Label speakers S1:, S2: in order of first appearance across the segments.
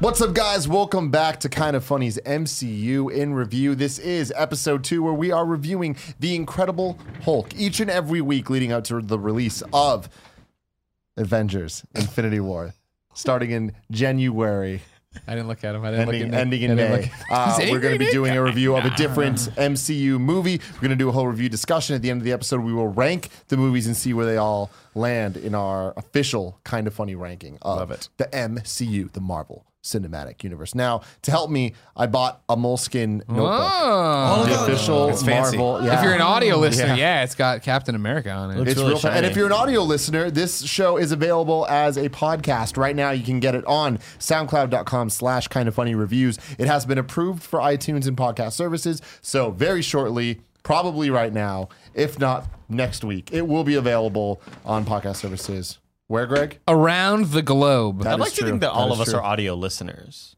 S1: What's up, guys? Welcome back to Kind of Funny's MCU in Review. This is episode two, where we are reviewing The Incredible Hulk each and every week leading up to the release of Avengers Infinity War, starting in January
S2: I didn't look at him. I didn't
S1: ending,
S2: look at
S1: ending in
S2: Nick. I didn't
S1: May.
S2: look-
S1: Uh,
S2: He's
S1: we're going to be
S2: angry,
S1: doing a
S2: Nick.
S1: review of a different MCU movie. We're going to do a whole review discussion. At the end of the episode, we will rank the movies and see where they all land in our official kind of funny ranking of
S2: Love it.
S1: the MCU, the Marvel Cinematic Universe. Now, to help me, I bought a moleskin notebook.
S2: Oh.
S1: The official
S3: It's fancy.
S1: Marvel. Yeah.
S2: If you're an audio listener,
S1: Yeah.
S2: yeah. it's got Captain America on it.
S1: It's
S3: really
S1: real time. And
S3: shiny.
S1: if you're an audio listener, this show is available as a podcast right now. You can get it on soundcloud.com slash kind of funny reviews. It has been approved for iTunes and podcast services. So very shortly, probably right now, if not next week, it will be available on podcast services. Where, Greg?
S2: Around the globe.
S1: That
S3: I'd
S1: is
S3: like to
S1: true.
S3: think that all
S1: is
S3: of us
S1: true.
S3: are audio listeners.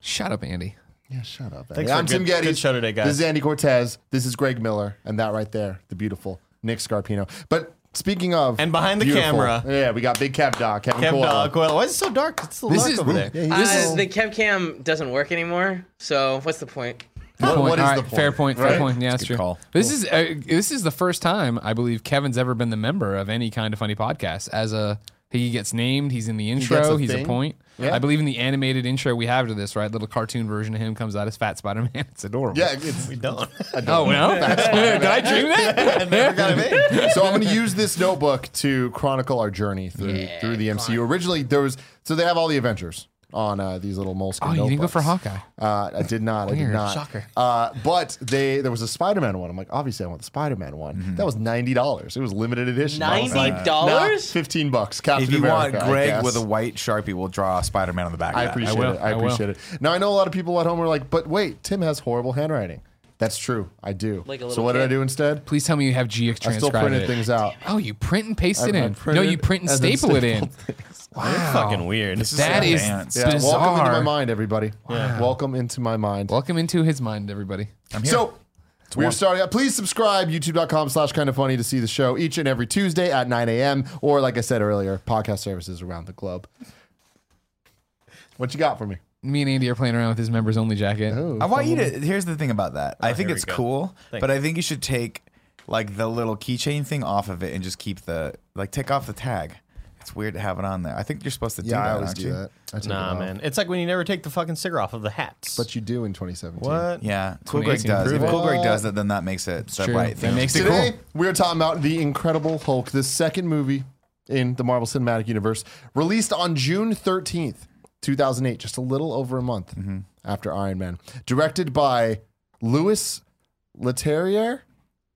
S2: Shut up, Andy.
S1: Yeah, shut up.
S3: Thanks
S1: Eddie.
S3: for
S1: I'm
S3: a
S1: Tim
S3: good-
S1: Geddes.
S3: good show today, guys.
S1: This is Andy Cortez. This is Greg Miller, and that right there, the beautiful Nick Scarpino. But speaking of,
S3: And behind the camera.
S1: yeah, we got Big Cab Dog, Kevin
S3: Kev
S1: Coyle.
S3: Dog, Coil. Why is it so dark? It's so
S2: This
S3: dark
S2: is-
S3: over there.
S1: Yeah,
S2: This
S1: he's-
S2: is-
S4: uh, the Kev Cam doesn't work anymore. So what's the point?
S1: What-
S2: Point.
S1: what is
S2: All
S1: the
S2: right, Fair
S1: point,
S2: point.
S1: right?
S2: Fair point. Yeah, that's true.
S3: call.
S2: This is uh, this is the first time I believe Kevin's ever been the member of any kind of funny podcast. As a he gets named, he's in the
S1: gets
S2: intro,
S1: a
S2: he's
S1: thing.
S2: a point.
S1: Yeah.
S2: I believe in the animated intro we have to this, right? Little cartoon version of him comes out as Fat Spider Man. It's adorable.
S1: Yeah, it's,
S3: We don't.
S2: Oh no! Did I dream that?
S3: Never got him in.
S1: so I'm going to use this notebook to chronicle our journey through through the MCU. Originally, there was so they have all the Avengers on uh, these little moleskin.
S2: Oh, you didn't go for
S1: notebooks.
S2: Hawkeye.
S1: Uh, I did not. I did
S2: Weird.
S1: not.
S2: Shocker.
S1: Uh, but they there was a Spider-Man one. I'm like, obviously, I want the Spider-Man one.
S2: Mm-hmm.
S1: That was ninety dollars. It was limited edition. I was like,
S4: $90?
S1: nah, Fifteen bucks. Captain
S5: If you
S1: America,
S5: want
S1: I
S5: Greg
S1: guess.
S5: with a white sharpie, we'll draw Spider Man on the back.
S1: I
S5: of that.
S1: appreciate
S2: will.
S1: it. I,
S2: I will.
S1: appreciate it. Now I know a lot of people at home are like, but wait, Tim has horrible handwriting. That's true. I do.
S4: Like a
S1: so
S4: little
S1: what did I
S4: kid.
S1: do instead?
S2: Please tell me you have GX transcribed.
S1: I still printed
S2: it.
S1: things out.
S2: Oh, you print and paste it
S1: I- I
S2: in. No,
S1: printed
S2: you print and
S1: and then
S2: staple it in.
S1: stapled
S2: Wow.
S3: Fucking weird.
S5: This is
S2: That is
S5: advanced.
S1: Yeah,
S2: bizarre.
S1: welcome into my mind, everybody. Welcome into my mind.
S2: Welcome into his mind, everybody.
S5: I'm here.
S1: So we're starting out. Please subscribe, youtube.com slash kind of funny to see the show each and every Tuesday at 9 a.m. Or like I said earlier, podcast services around the globe. What you got for me?
S2: Me and Andy are playing around with his members only jacket.
S5: I want you to. Here's the thing about that. I think
S3: here
S5: it's
S3: we go.
S5: cool,
S3: Thanks.
S5: but I think you should take like the little keychain thing off of it and just keep the like take off the tag. It's weird to have it on there. I think you're supposed to do that. aren't you?
S1: I take it
S3: Nah,
S1: off.
S3: man. It's like when you never take the fucking cigar off of the hats.
S1: But you do in 2017.
S3: what?
S5: Yeah, Cool Greg
S2: 2018
S5: does. If
S2: approval.
S5: Cool Greg does it, then that makes it the
S2: true.
S5: right
S2: That
S5: thing.
S2: makes it
S1: Today,
S2: cool.
S1: we are talking about The Incredible Hulk, the second movie in the Marvel Cinematic Universe, released on June 13th, 2008, just a little over a month after Iron Man. Directed by Louis Leterrier.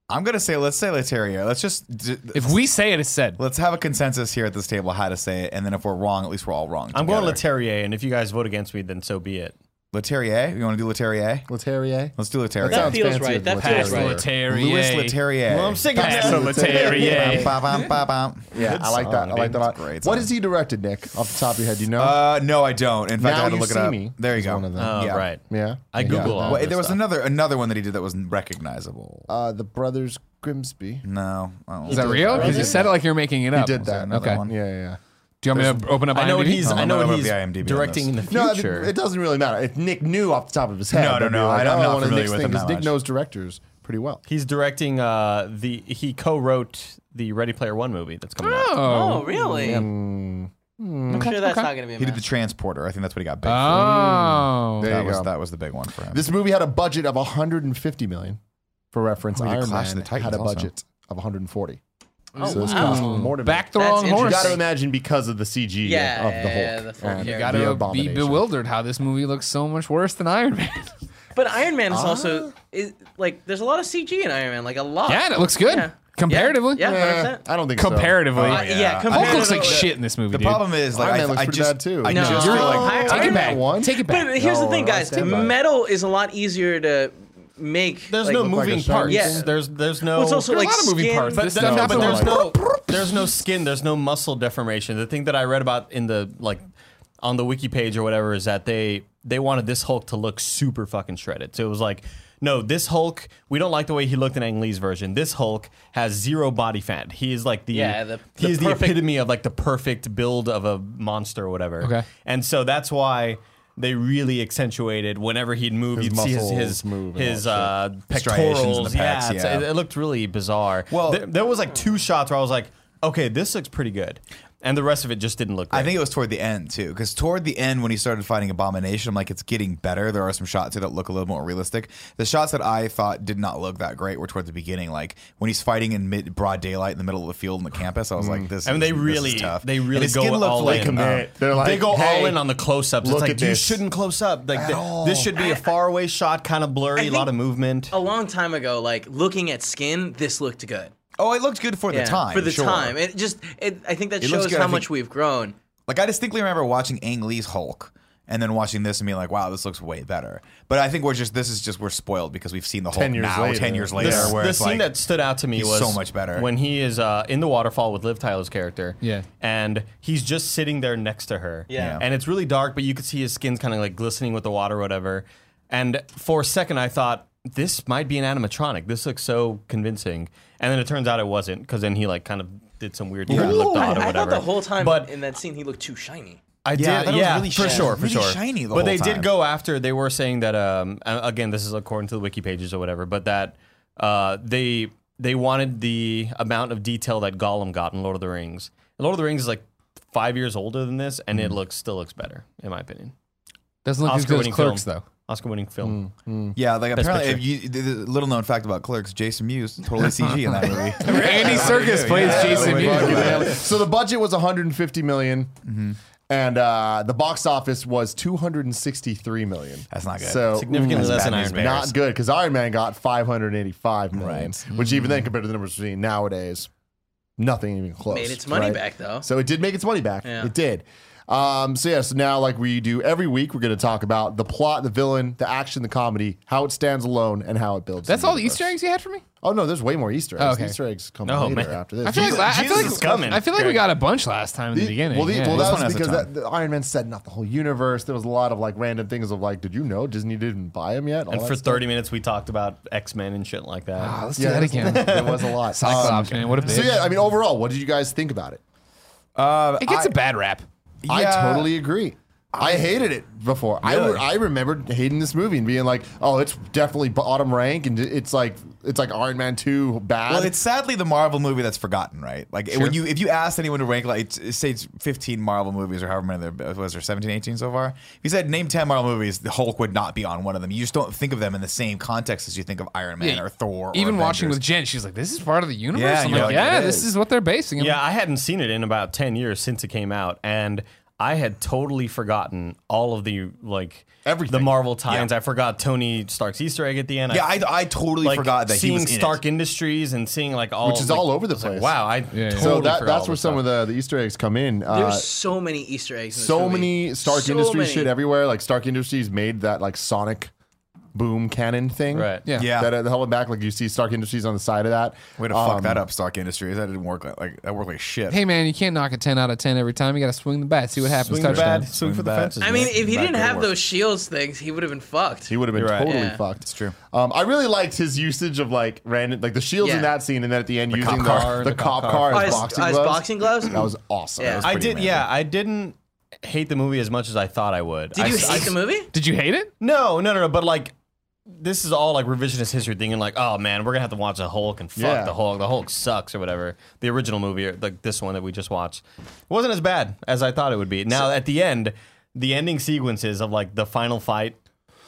S5: I'm gonna say let's say Leteria. Let's just d-
S2: If we say it, it's said.
S5: let's have a consensus here at this table how to say it, and then if we're wrong, at least we're all wrong.
S3: I'm going
S5: together.
S3: Leterrier, and if you guys vote against me, then so be it.
S5: Leterrier. You want to do Leterrier?
S1: Leterrier.
S5: Let's do Leterrier.
S4: That
S1: sounds
S4: feels
S1: fancier
S4: right.
S1: than
S4: That feels
S1: Leterrier.
S4: right.
S5: Louis Leterrier.
S3: Well, I'm sick of
S2: Pass the
S3: that.
S2: Leterrier.
S5: Bum, bum, bum, bum.
S1: Yeah, I like that. I like that a lot.
S5: It's a great
S1: What
S5: song.
S1: has he directed, Nick? Off the top of your head, do you know?
S5: Uh, no, I don't. In fact,
S1: Now
S5: I had to
S1: You
S5: look it
S1: See
S5: up.
S1: Me
S5: There you
S1: is
S5: go.
S1: one of them.
S3: Oh,
S5: Yeah.
S3: right.
S1: yeah,
S3: I
S1: Yeah.
S3: Google all
S5: Well,
S3: that
S5: there was
S3: stuff.
S5: another another one that he did that wasn't recognizable.
S1: Uh, the Brothers Grimsby.
S5: Mm-hmm. no, I
S2: Is that real? Because you said it like you're making it up.
S1: Did that?
S5: another
S2: Okay.
S5: one?
S1: Yeah, yeah. yeah.
S2: Do you want me to open up?
S3: I know what
S2: IMDb?
S3: he's.
S5: No,
S3: I
S5: I'm
S3: know
S5: not
S3: what
S5: over
S3: he's
S5: the IMDb on
S3: directing in the
S1: No, it-
S3: future.
S1: it doesn't really matter. If Nick knew off the top of his head,
S5: No, no,
S1: that'd be
S5: no,
S1: Like,
S5: I- I'm
S1: oh,
S5: not
S1: one of
S5: familiar
S1: Nick's
S5: with
S1: things.
S5: him that
S1: Nick
S5: much.
S1: knows directors pretty well.
S3: He's directing uh, the he co-wrote the Ready Player One movie that's coming out.
S2: Oh.
S4: Oh, really? Hmm. I'm sure that's not going to be a
S5: He did
S4: mess.
S5: the transporter. I think that's what he got big. for.
S2: Oh.
S1: There
S5: That
S1: you
S5: was
S1: go.
S5: that was the big one for him.
S1: This movie had a budget of 150 million. For reference,
S5: Oh, we did
S1: Iron
S5: Clash
S1: Man
S5: of the Titans
S1: had a
S5: also.
S1: budget of 140.
S4: Oh,
S1: so this
S4: wow.
S1: cost more to
S2: Back the
S4: That's
S2: wrong
S1: You
S2: horse.
S1: got
S4: interesting.
S1: to imagine because of the CG
S4: Yeah,
S1: of the Hulk.
S4: yeah, the full
S1: and
S4: character.
S2: Gotta
S1: the
S2: be
S1: abomination.
S2: bewildered how this movie looks so much worse than Iron Man.
S4: but Iron Man is also is, like there's a lot of CG in Iron Man, like a lot.
S2: yeah, and it looks good
S4: Yeah.
S2: comparatively.
S4: Yeah, yeah.
S1: Eh,
S4: 100%.
S1: I don't think so.
S2: Comparatively,
S4: Uh, yeah,
S5: yeah.
S4: compared
S2: Hulk looks
S4: to
S2: like
S4: the-
S2: shit in this movie.
S5: The
S2: dude.
S5: problem is like
S1: Iron
S5: I,
S1: Man looks
S5: I
S1: pretty
S5: just
S1: bad, too.
S5: I
S4: No.
S5: just
S2: You're
S5: feel
S4: Oh,
S5: like
S4: Iron
S2: like, take
S4: Man
S2: it back.
S1: one?
S2: Take it back.
S4: But here's
S1: No,
S4: the thing,
S1: I
S4: guys:
S1: stand by it.
S4: metal is a lot easier to make.
S3: There's
S4: like-
S3: no
S1: like a
S3: moving
S1: shiny
S3: parts.
S4: Yeah.
S3: There's there's no.
S4: Well, it's also
S2: There are
S4: like
S2: a lot of moving
S4: skin,
S2: parts.
S3: but,
S2: This
S3: th-
S2: stuff
S3: no, but
S2: happens
S3: there's
S1: like-
S3: no there's no skin. There's no muscle deformation. The thing that I read about in the like on the wiki page or whatever is that they they wanted this Hulk to look super fucking shredded. So it was like. No, this Hulk, we don't like the way he looked in Ang Lee's version. This Hulk has zero body fat. He is like the,
S4: Yeah, the-
S3: he
S4: the
S3: is the
S4: perfect
S3: epitome of like the perfect build of a monster or whatever.
S2: Okay.
S3: And so that's why they really accentuated whenever he'd move,
S1: His
S3: you'd see his
S1: muscles
S3: his,
S1: move and
S3: his
S1: all
S3: uh,
S5: Striations in the
S3: pectorals.
S5: pecs,
S3: yeah, it's-
S5: yeah.
S3: It, it looked really bizarre.
S5: Well-
S3: there, there was like two shots where I was like, okay, this looks pretty good, and the rest of it just didn't look. Great.
S5: I think it was toward the end too, because toward the end when he started fighting Abomination, I'm like, it's getting better. There are some shots here that look a little more realistic. The shots that I thought did not look that great were toward the beginning, like when he's fighting in mid broad daylight in the middle of the field in the campus. I was
S1: Mm.
S5: like, this.
S3: I mean,
S5: is,
S3: they
S5: this
S3: really-
S5: is tough.
S3: they
S5: And
S3: really
S5: his
S3: go
S5: skin looked
S3: all
S5: like
S3: in.
S5: uh,
S1: Commit. They're like,
S3: they go all
S1: "Hey,
S3: in on the close-ups.
S1: look
S3: it's like
S1: at
S3: you
S1: this."
S3: shouldn't close up. Like th-
S1: all.
S3: this should be a faraway shot, kind of blurry, a lot
S4: think-
S3: of movement.
S4: a long time ago, like looking at skin, this looked good.
S5: Oh, it looked good for
S4: Yeah,
S5: the time.
S4: for the
S5: sure.
S4: time. It just, it, I think that
S5: It looks
S4: shows
S5: good,
S4: how
S5: I
S4: much
S5: think-
S4: we've grown.
S5: Like I distinctly remember watching Ang Lee's Hulk and then watching this and being like, wow, this looks way better. But I think we're just this is just we're spoiled because we've seen the Hulk
S1: 10 years
S5: now
S1: later.
S5: ten years
S1: The-
S5: later.
S3: the,
S5: where
S3: the
S5: it's
S3: scene
S5: like,
S3: that stood out to me
S5: he's
S3: was
S5: so much better.
S3: when he is uh, in the waterfall with Liv Tyler's character.
S2: Yeah.
S3: and he's just sitting there next to her.
S4: Yeah. Yeah.
S3: and it's really dark, but you could see his skin's kind of like glistening with the water, or whatever. And for a second, I thought this might be an animatronic. This looks so convincing, and then it turns out it wasn't because then he like kind of did some weird thing and looked odd or
S4: I
S3: whatever.
S4: thought the whole time
S3: but
S4: in that scene he lolooked too shiny.
S3: I
S5: Yeah, I
S3: did.
S5: thought it was
S3: yeah,
S5: really
S3: for
S5: shiny.
S3: sure, for
S5: Really
S3: sure.
S5: shiny the
S3: but they
S5: whole time.
S3: did go after. They were saying that. Um, uh, again, this is according to the wiki pages or whatever. But that uh, they they wanted the amount of detail that Gollum got in Lord of the Rings. And Lord of the Rings is like five years older than this, and it
S5: Mm.
S3: looks still looks better in my opinion.
S2: Doesn't look as good as
S3: Oscar-winning
S2: Clerks
S3: film.
S2: though.
S3: Oscar-winning
S5: Mm.
S3: film.
S5: Yeah, like apparently,
S3: picture.
S5: if you, the, the little known fact about Clerks, Jason Mewes totally CG in that movie.
S2: Andy Circus plays Jason Mewes.
S1: so the budget was 150 million, and uh, the box office was 263 million.
S5: That's not good.
S1: So
S3: Significantly
S1: ooh,
S3: less than
S5: bad
S3: Iron
S5: news
S3: Man.
S1: not good because Iron Man got 585 million, which even
S2: Mm.
S1: then compared to the numbers we're seeing nowadays, nothing even close.
S4: Made its money back, though.
S1: So it did make its money back.
S4: Yeah.
S1: It did. Um, so yeah, so now like we do every week, we're going to talk about the plot, the villain, the action, the comedy, how it stands alone, and how it builds.
S2: That's
S1: the
S2: all the
S1: universe.
S2: Easter eggs you had for me.
S1: Oh no, there's way more Easter eggs.
S2: Okay.
S1: Easter eggs come
S3: Oh,
S1: later
S3: man.
S1: after this.
S2: I feel like la- I feel
S3: Jesus
S2: like
S3: is coming.
S2: I feel like we
S3: Greg.
S2: got a bunch last time in the
S1: The-
S2: beginning.
S1: Well, the,
S2: yeah.
S1: well
S5: This
S1: that
S5: one
S1: was
S5: has a
S1: because
S5: ton.
S1: that, the Iron Man said not the whole universe. There was a lot of like random things of like, did you know Disney didn't buy him yet? All
S3: And
S1: that
S3: for
S1: stuff.
S3: 30 minutes, we talked about X-Men and shit like that.
S2: Ah, let's
S1: Yeah,
S2: do that
S1: there was-
S2: again.
S1: there was a lot. Um,
S2: Cyclops, man. What a bitch.
S1: So yeah, I mean, overall, what did you guys think about it?
S5: Uh,
S2: it gets
S5: I-
S2: a bad rap.
S5: Yeah.
S1: I totally agree. I hated it before. I, re-
S5: Really?
S1: I remembered hating this movie and being like, "Oh, it's definitely bottom rank, and it's like it's like Iron Man two bad."
S5: Well, it's sadly the Marvel movie that's forgotten, right? Like when you if you ask anyone to rank like t- say it's 15 Marvel movies or however many there was there 17 18 so far. If you said name 10 Marvel movies, the Hulk would not be on one of them. You just don't think of them in the same context as you think of Iron Man
S2: Yeah,
S5: or Thor. or
S2: Even watching with
S5: Avengers.
S2: Jen, she's like, "This is part of the universe."
S5: Yeah,
S2: I'm
S5: you're
S2: like,
S5: like,
S2: "Yeah,
S5: it
S2: this
S5: is.
S2: is what they're basing." it on."
S3: Yeah, I hadn't seen it in about 10 years since it came out and I had totally forgotten all of the like
S1: Everything.
S3: the Marvel tie-ins. I forgot Tony Stark's Easter egg at the end.
S5: yeah, I, I totally
S3: like,
S5: forgot that he
S3: seeing
S5: was in
S3: Stark
S5: it.
S3: Industries and seeing like all
S1: Which is
S3: like,
S1: all over the
S3: I was like,
S1: place.
S3: wow, I
S2: yeah.
S3: totally
S2: So
S1: so that,
S3: forgot
S1: that's
S3: all
S1: where
S3: this
S1: some
S3: stuff.
S1: of the, the Easter eggs come in. Uh,
S4: There's so many Easter eggs. In this
S1: so
S4: movie.
S1: many Stark
S4: So
S1: Industries
S4: many.
S1: shit everywhere. Like Stark Industries made that like sonic boom cannon thing,
S3: Right.
S2: Yeah.
S5: Yeah.
S1: That uh, held it back. Like you see Stark Industries on the side of that. Um,
S5: Way to fuck
S3: um,
S5: that up, Stark Industries. That didn't work like, like that worked like shit.
S2: Hey man, you can't knock a ten out of ten every time. You got to swing the bat, see what happens.
S3: swing the
S2: Touchdown.
S3: bat, swing for the
S5: Swing
S3: fences.
S4: I mean,
S3: man.
S4: if he
S3: Back
S4: didn't
S3: good
S4: have
S3: work.
S4: those shields things, he would have been fucked.
S1: He would have been
S3: You're right.
S1: totally
S4: Yeah.
S1: fucked.
S5: It's true.
S1: Um, I really liked his usage of like random, like the shields
S4: Yeah.
S1: in that scene, and then at the end
S5: cop
S1: using the,
S5: car,
S1: the,
S3: the
S1: cop
S3: cop
S1: car
S4: Oh,
S1: as
S4: his-
S1: boxing
S4: oh, his
S1: gloves.
S4: boxing gloves?
S1: That was awesome.
S4: Yeah.
S3: I
S5: pretty
S3: did
S5: amazing.
S3: yeah, I didn't hate the movie as much as I thought I would.
S4: Did
S3: I,
S4: you
S3: s- I
S4: hate the
S3: s-
S4: movie?
S2: Did you hate it?
S3: No, no, no, no. But like, this is all like revisionist history thinking. Like, oh man, we're gonna have to watch the Hulk and fuck
S1: Yeah.
S3: the Hulk. The Hulk sucks or whatever. The original movie, or like this one that we just watched, wasn't as bad as I thought it would be. Now at the end, the ending sequences of like the final fight.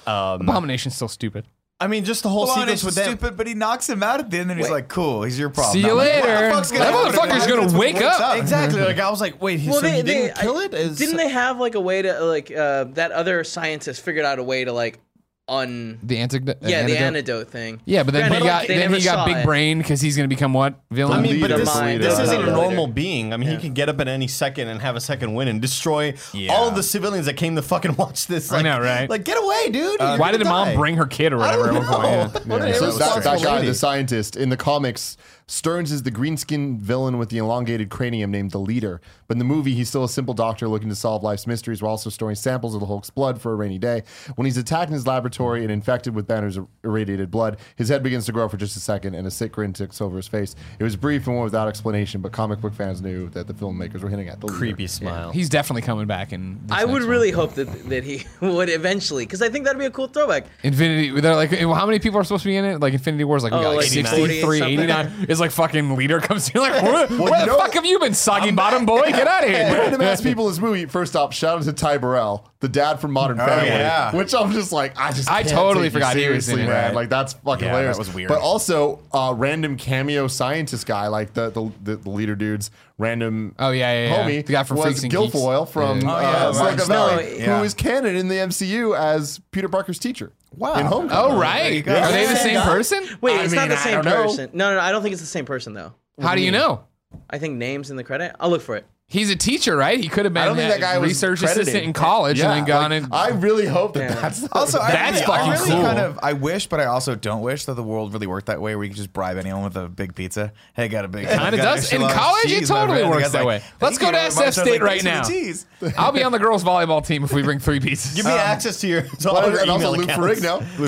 S3: Um,
S2: Abomination's still stupid.
S3: I mean, just the whole
S5: Well,
S3: sequence
S5: it's
S3: with them.
S5: stupid, but he knocks him out at the end, and he's like, "Cool, he's your problem."
S2: See you
S5: I'm like, Oh, what the
S2: later.
S5: fuck's gonna
S2: That
S5: happen if
S2: motherfucker's
S5: Iron
S2: gonna
S5: Man
S2: wake
S5: wakes
S2: up.
S3: Exactly. Like I was like, wait, he, so he didn't
S4: I-
S3: kill it? Is-
S4: didn't they have like a way to like uh, that other scientist figured out a way to like un
S2: The antidote.
S4: yeah the antidote thing.
S2: Yeah, but then
S4: Granted,
S2: he
S4: like,
S2: got
S4: they
S2: then
S4: never
S2: he got
S4: saw
S2: big
S4: it.
S2: brain because he's gonna become what villain?
S3: I mean, but
S1: Leader,
S3: this,
S1: leader.
S3: this
S1: Yeah.
S3: isn't a
S1: Leader.
S3: normal being. I mean, he can get up at any second and have a second win and destroy
S5: Yeah.
S3: all of the civilians that came to fucking watch this.
S2: I
S3: Like,
S2: know, right?
S3: Like, get away, dude. You're
S2: why
S3: gonna
S2: did the mom
S3: die.
S2: bring her kid or
S3: I
S2: whatever?
S3: don't
S2: at one point?
S3: know.
S2: Oh, Yeah.
S3: What an
S1: So that,
S3: irresponsible
S1: that guy,
S3: lady.
S1: the scientist in the comics, Stearns is the green skinned villain with the elongated cranium named the Leader. But in the movie, he's still a simple doctor looking to solve life's mysteries while also storing samples of the Hulk's blood for a rainy day. When he's attacked in his laboratory and infected with Banner's ir- irradiated blood, his head begins to grow for just a second and a sick grin takes over his face. It was brief and went without explanation, but comic book fans knew that the filmmakers were hinting at the Leader.
S3: Creepy smile.
S2: He's definitely coming back in. this
S4: I would
S2: next one.
S4: really hope that that he would eventually, because I think that'd be a cool throwback.
S2: Infinity. They're like, well, how many people are supposed to be in it? Like Infinity War's like, we
S4: Oh,
S2: got like,
S4: like
S2: 63,
S4: 40 something.
S2: 89. It's like fucking leader comes in like, where, where
S1: you
S2: the
S1: know-
S2: fuck have you been, soggy bottom boy? Get out of here.
S1: Random ass people in this movie. First off, shout out to Ty Burrell, the dad from Modern Family,
S5: yeah.
S1: which I'm just like, I just
S2: Oh, I
S1: can't
S2: totally
S1: take you
S2: forgot he was in
S1: seriously,
S2: it.
S1: man.
S2: Right.
S1: Like that's fucking
S5: Yeah, that
S1: hilarious.
S5: was weird.
S1: But also, uh, random cameo scientist guy, like the the, the, the leader dudes, random.
S2: Oh, yeah, yeah, yeah.
S1: homie.
S2: The guy from
S1: was
S2: Freaks and Geeks.
S1: Guilfoyle from
S2: Yeah.
S5: Oh, yeah,
S1: uh,
S5: right.
S1: Silicon Valley,
S4: No,
S5: yeah.
S1: who is canon in the MCU as Peter Parker's teacher.
S5: Wow.
S1: In Homecoming.
S2: Oh, right.
S5: go.
S2: Are they the
S5: Yeah.
S2: same person?
S4: Wait,
S1: I
S4: it's
S1: mean,
S4: not the
S1: I
S4: same
S1: don't know.
S4: person. No, no, no, I don't think it's the same person though.
S2: How do you know?
S4: I think names in the credit. I'll look for it.
S2: He's a teacher, right? He could have been
S1: I don't think
S2: a
S1: that guy was
S2: research
S1: credited.
S2: assistant in college
S1: Yeah,
S2: and then gone
S1: like,
S2: and.
S1: I really hope that
S4: Yeah.
S1: that's
S5: Also,
S2: That's
S5: I, really-
S2: fucking
S5: I really
S2: cool.
S5: kind of I wish, but I also don't wish that the world really worked that way, where you could just bribe anyone with a big pizza. Hey, got a big.
S2: Kinda
S5: got
S2: does.
S5: extra
S2: In
S5: large
S2: college, it
S5: cheese, my
S2: totally
S5: friend. The
S2: works
S5: guy's
S2: that way. Let's
S5: "Thank
S2: go
S5: you
S2: to
S5: very much." I was
S2: SF State
S5: like,
S2: right
S5: "Thanks for the
S2: now."
S5: cheese.
S2: I'll be on the girls' volleyball team if we bring three pieces.
S3: Give me access to your to all
S1: Well,
S3: your
S1: and also
S3: email
S1: Lou
S3: accounts.
S1: Ferrigno.
S5: Lou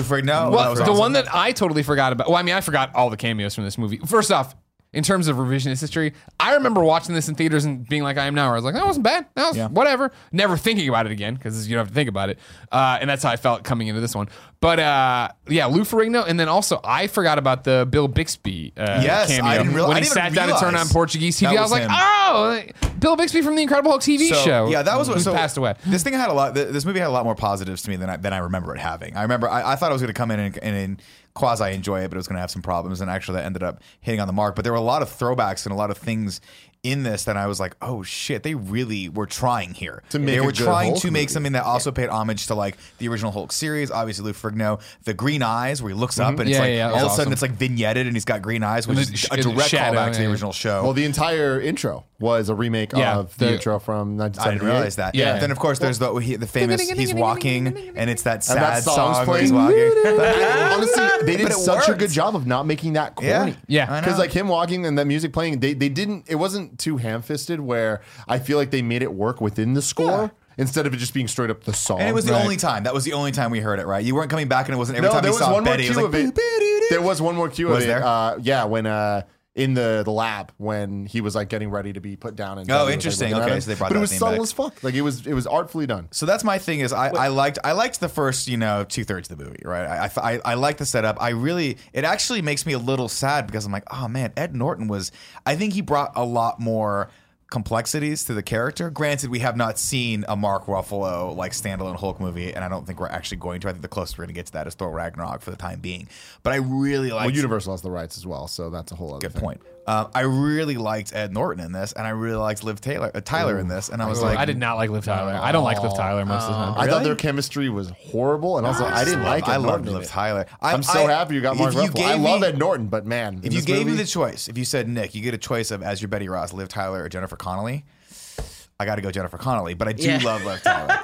S2: Well,
S5: Ferrigno. that was
S2: the
S5: awesome.
S2: one that I totally forgot about. Well, I mean, I forgot all the cameos from this movie. First off, in terms of revisionist history, I remember watching this in theaters and being like, I am now. Where I was like, that wasn't bad. That was
S5: Yeah.
S2: whatever. Never thinking about it again because you don't have to think about it. Uh, and that's how I felt coming into this one. But uh, yeah, Lou Ferrigno. And then also, I forgot about the Bill Bixby uh,
S5: Yes, I
S2: cameo.
S5: didn't real-
S2: when
S5: I
S2: he
S5: didn't
S2: sat
S5: even
S2: down and turned on
S5: realize
S2: Portuguese TV,
S5: that
S2: I was
S5: was
S2: like,
S5: him.
S2: oh, Bill Bixby from the Incredible Hulk TV
S5: So,
S2: show.
S5: Yeah, that was
S2: who
S5: what so
S2: passed away.
S5: This thing had a lot. th- This movie had a lot more positives to me than I than I remember it having. I remember I, I thought I was going to come in and, and, and quasi enjoy it, but it was going to have some problems, and actually that ended up hitting on the mark. But there were a lot of throwbacks and a lot of things in this that I was like, oh shit, they really were trying here.
S1: To make
S5: they
S1: a
S5: were
S1: good
S5: trying
S1: Hulk
S5: to make
S1: movie.
S5: something that also paid homage to like the original Hulk series. Obviously, Lou Frigno, the green eyes where he looks up and it's
S2: Mm-hmm. Yeah,
S5: like
S2: yeah, that
S5: all
S2: was
S5: of a
S2: awesome.
S5: sudden it's like vignetted and he's got green eyes, which
S2: the
S5: is
S2: sh-
S5: a direct
S2: shadow,
S5: callback to the
S2: yeah.
S5: original show.
S1: Well, Oh, the entire intro was a remake
S2: Yeah,
S1: of the,
S2: the-
S1: intro from 1978.
S5: I didn't realize that.
S2: Yeah.
S5: But then of course there's the he, the famous he's walking and it's that sad
S1: And that song's
S5: song where
S1: playing.
S5: he's walking.
S1: Honestly, they
S5: But
S1: did
S5: it
S1: such a
S5: worked.
S1: good job of not making that corny.
S5: Yeah.
S2: Yeah.
S5: I know.
S1: Because like him walking and that music playing, they, they didn't. It wasn't too ham-fisted. Where I feel like they made it work within the score instead of it just being straight up the song.
S5: And it was the
S2: Right.
S5: only time. That was the only time we heard it, right? You weren't coming back and it wasn't every
S1: no,
S5: time
S1: there
S5: we
S1: was
S5: saw
S1: one more
S5: Betty.
S1: cue
S5: it was like,
S1: of it.
S5: "Boo, boo, doo, doo."
S1: There was one more cue
S5: Was
S1: of it.
S5: there?
S1: Uh, yeah, when uh, in the the lab when he was like getting ready to be put down. And
S5: Oh,
S1: Betty was, like,
S5: interesting.
S1: looking at
S5: Okay,
S1: him.
S5: so they brought
S1: but it
S5: that
S1: was
S5: theme
S1: subtle
S5: back.
S1: as fuck. Like it was it was artfully done.
S5: So that's my thing is I, I liked I liked the first you know two thirds of the movie right I, I I- I liked the setup I really it actually makes me a little sad because I'm like oh man Ed Norton was I think he brought a lot more complexities to the character granted we have not seen a Mark Ruffalo like standalone Hulk movie and I don't think we're actually going to I think the closest we're going to get to that is Thor Ragnarok for the time being but I really liked
S1: Well, Universal has the rights as well, so that's a whole other
S5: good
S1: thing.
S5: point um, I really liked Ed Norton in this and I really liked Liv Taylor uh, Tyler in this and I was like
S2: I did not like Liv Tyler. I don't like Liv Tyler most of the time.
S1: I thought their chemistry was horrible, and also I didn't like it.
S5: I love
S1: Norton in
S5: Liv
S1: it.
S5: Tyler.
S1: I'm so happy you got
S5: if
S1: Mark
S5: you
S1: Ruffalo.
S5: gave
S1: I love
S5: me-
S1: Ed Norton, but man,
S5: If you gave me the choice, if you said Nick, you get a choice of as your Betty Ross, Liv Tyler, or Jennifer Connelly. I got to go Jennifer Connelly, but I do
S4: Yeah.
S5: love Liv Tyler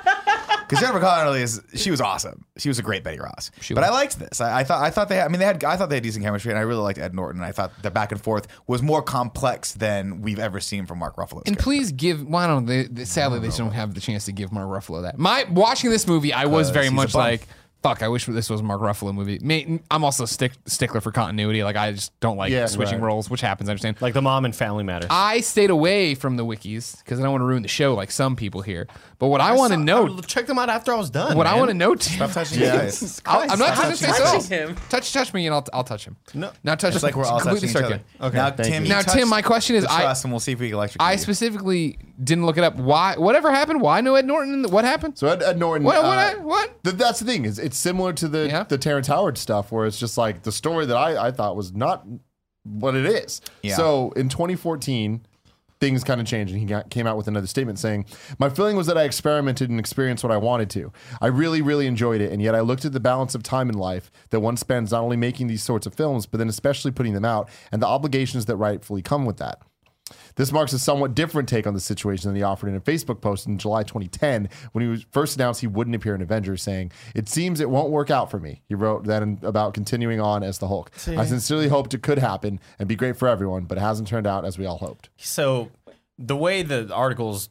S5: because Jennifer Connelly is she was awesome. She was a great Betty Ross. but I liked this. I, I thought I thought they had, I mean they had I thought they had decent chemistry, and I really liked Ed Norton. And I thought the back and forth was more complex than we've ever seen from Mark Ruffalo.
S2: And please give. Well, I don't. They, they, sadly, they just don't have the chance to give Mark Ruffalo that. My watching this movie, I was very
S5: he's a
S2: much
S5: bum.
S2: like, "Fuck, I wish this was a Mark Ruffalo movie." May, I'm also stick, stickler for continuity. Like, I just don't like
S1: Yeah,
S2: switching
S1: right.
S2: roles, which happens. I understand.
S3: Like the mom and Family Matters.
S2: I stayed away from the wikis because I don't want to ruin the show, like some people here. But what I, want to
S3: saw-
S2: know,
S3: Check them out after I was done.
S2: what I
S3: man.
S2: want to know, Tim,
S5: touching
S1: Yeah.
S5: guys.
S2: I'll, I'm not
S5: Stop
S2: touching
S5: touching
S2: myself.
S4: him.
S2: Touch, touch me, and I'll, I'll touch him.
S3: No.
S2: now touch.
S5: It's like we're all
S2: completely
S5: touching each other.
S2: circular.
S5: Okay. Now,
S1: thank
S5: Tim,
S1: you.
S5: you
S2: Now,
S5: touched
S2: Tim, my question is,
S5: the
S2: I-
S5: truss, and we'll see if we can electrocute.
S2: I
S5: you.
S2: specifically didn't look it up. Why? Whatever happened? Why no Ed Norton? in the- What happened?
S1: So Ed, Ed Norton.
S2: What-
S1: uh,
S2: what- what?
S1: th- that's the thing is, it's similar to the
S2: Yeah.
S1: the Terrence Howard stuff, where it's just like the story that I, I thought was not what it is.
S5: Yeah.
S1: So in 2014. Things kind of changed, and he got, came out with another statement saying, "My feeling was that I experimented and experienced what I wanted to. I really, really enjoyed it, and yet I looked at the balance of time in life that one spends not only making these sorts of films, but then especially putting them out, and the obligations that rightfully come with that." This marks a somewhat different take on the situation than he offered in a Facebook post in July 2010 when he was first announced he wouldn't appear in Avengers, saying, It seems it won't work out for me. He wrote then about continuing on as the Hulk. I sincerely hoped it could happen and be great for everyone, but it hasn't turned out as we all hoped.
S3: So the way the article's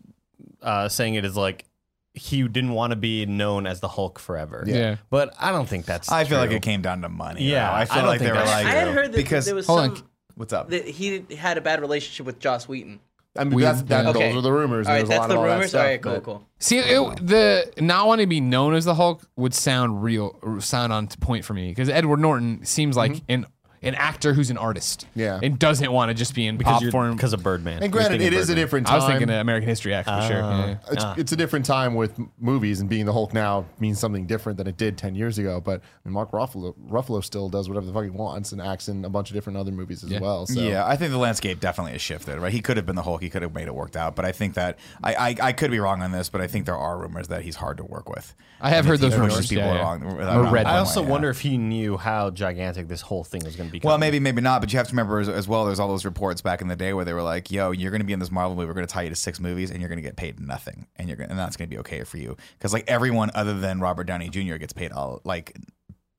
S3: uh, saying it is like he didn't want to be known as the Hulk forever.
S2: Yeah.
S3: But I don't think that's.
S5: I feel like
S3: true.
S5: it came down to money.
S3: Yeah,
S5: though. I feel
S3: I don't
S5: like they
S3: think
S5: were
S3: that's
S5: like
S3: true.
S4: I had heard that
S5: because
S4: there was
S2: Hold on.
S4: some
S5: what's up?
S4: that he had a bad relationship with Joss Whedon.
S1: I mean,
S2: We-
S1: that's, that,
S2: yeah.
S1: those
S4: Okay.
S1: are the rumors.
S4: All
S1: and there's a
S4: right, that's
S1: lot
S4: the
S1: of all that
S4: rumors.
S1: stuff,
S4: All right, cool,
S1: but-
S4: cool.
S2: See, it, the not wanting to be known as the Hulk would sound real, or sound on point for me because Edward Norton seems like an an actor who's an artist,
S1: Yeah.
S2: and doesn't want to just be in
S3: because
S2: pop
S3: you're-
S2: form.
S3: because of
S1: And
S3: Birdman. You're
S1: granted,
S3: thinking
S1: it is a
S3: Birdman.
S1: different
S2: I
S1: time.
S2: was thinking of American History Act for sure.
S3: Oh.
S2: yeah.
S1: It's, it's a different time with m- movies, and being the Hulk now means something different than it did 10 years ago. But I mean, Mark Ruffalo, Ruffalo still does whatever the fuck he wants and acts in a bunch of different other movies as well. So.
S5: Yeah, I think the landscape definitely has shifted, right? He could have been the Hulk. He could have made it worked out. But I think that I, I, I could be wrong on this, but I think there are rumors that he's hard to work with.
S2: I have
S5: And
S2: heard
S5: if he
S2: those
S5: pushes
S2: rumors,
S5: people
S2: yeah, yeah.
S5: along-
S2: Or
S5: around
S2: read them.
S5: the
S3: I
S5: wrong
S3: also
S5: way,
S3: wonder
S5: yeah.
S3: if he knew how gigantic this whole thing was going to become.
S5: Well, maybe, maybe not. But you have to remember as, as well. There's all those reports back in the day where they were like, "Yo, you're going to be in this Marvel movie. We're going to tie you to six movies, and you're going to get paid nothing, and you're gonna, and that's going to be okay for you." Because like everyone other than Robert Downey Jr. gets paid all like.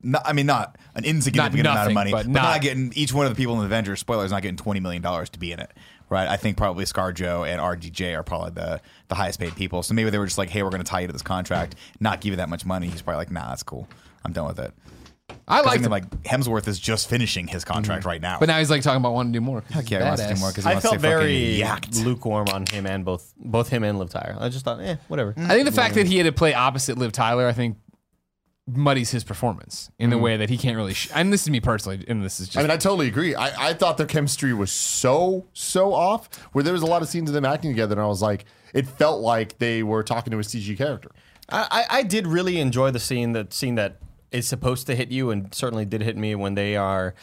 S5: Not, I mean, not an insignificant
S2: Not
S5: amount
S2: nothing,
S5: of money,
S2: but
S5: but,
S2: not-
S5: not, getting each one of the people in the Avengers spoilers not getting twenty million dollars to be in it, right? I think probably ScarJo and RDJ are probably the the highest paid people. So maybe they were just like, "Hey, we're going to tie you to this contract, not give you that much money." He's probably like, "Nah, that's cool. I'm done with it."
S2: I
S5: Like, I
S2: like
S5: mean,
S2: him,
S5: like Hemsworth is just finishing his contract right now.
S2: but now he's like talking about wanting to do more.
S5: Heck yeah, he wants to do
S2: Badass.
S5: more because he
S3: I
S5: wants to
S3: felt
S5: stay fucking
S3: very
S5: yacked.
S3: lukewarm on him and both both him and Liv Tyler. I just thought, eh, whatever.
S2: I think the fact that he had to play opposite Liv Tyler, I think, muddies his performance in
S3: Mm.
S2: the way that he can't really. Sh- and this is me personally, and this is just.
S1: I mean, I totally agree. I, I thought their chemistry was so, so off where there was a lot of scenes of them acting together, and I was like, it felt like they were talking to a CG character.
S3: I, I I did really enjoy the scene that scene that is supposed to hit you and certainly did hit me when they are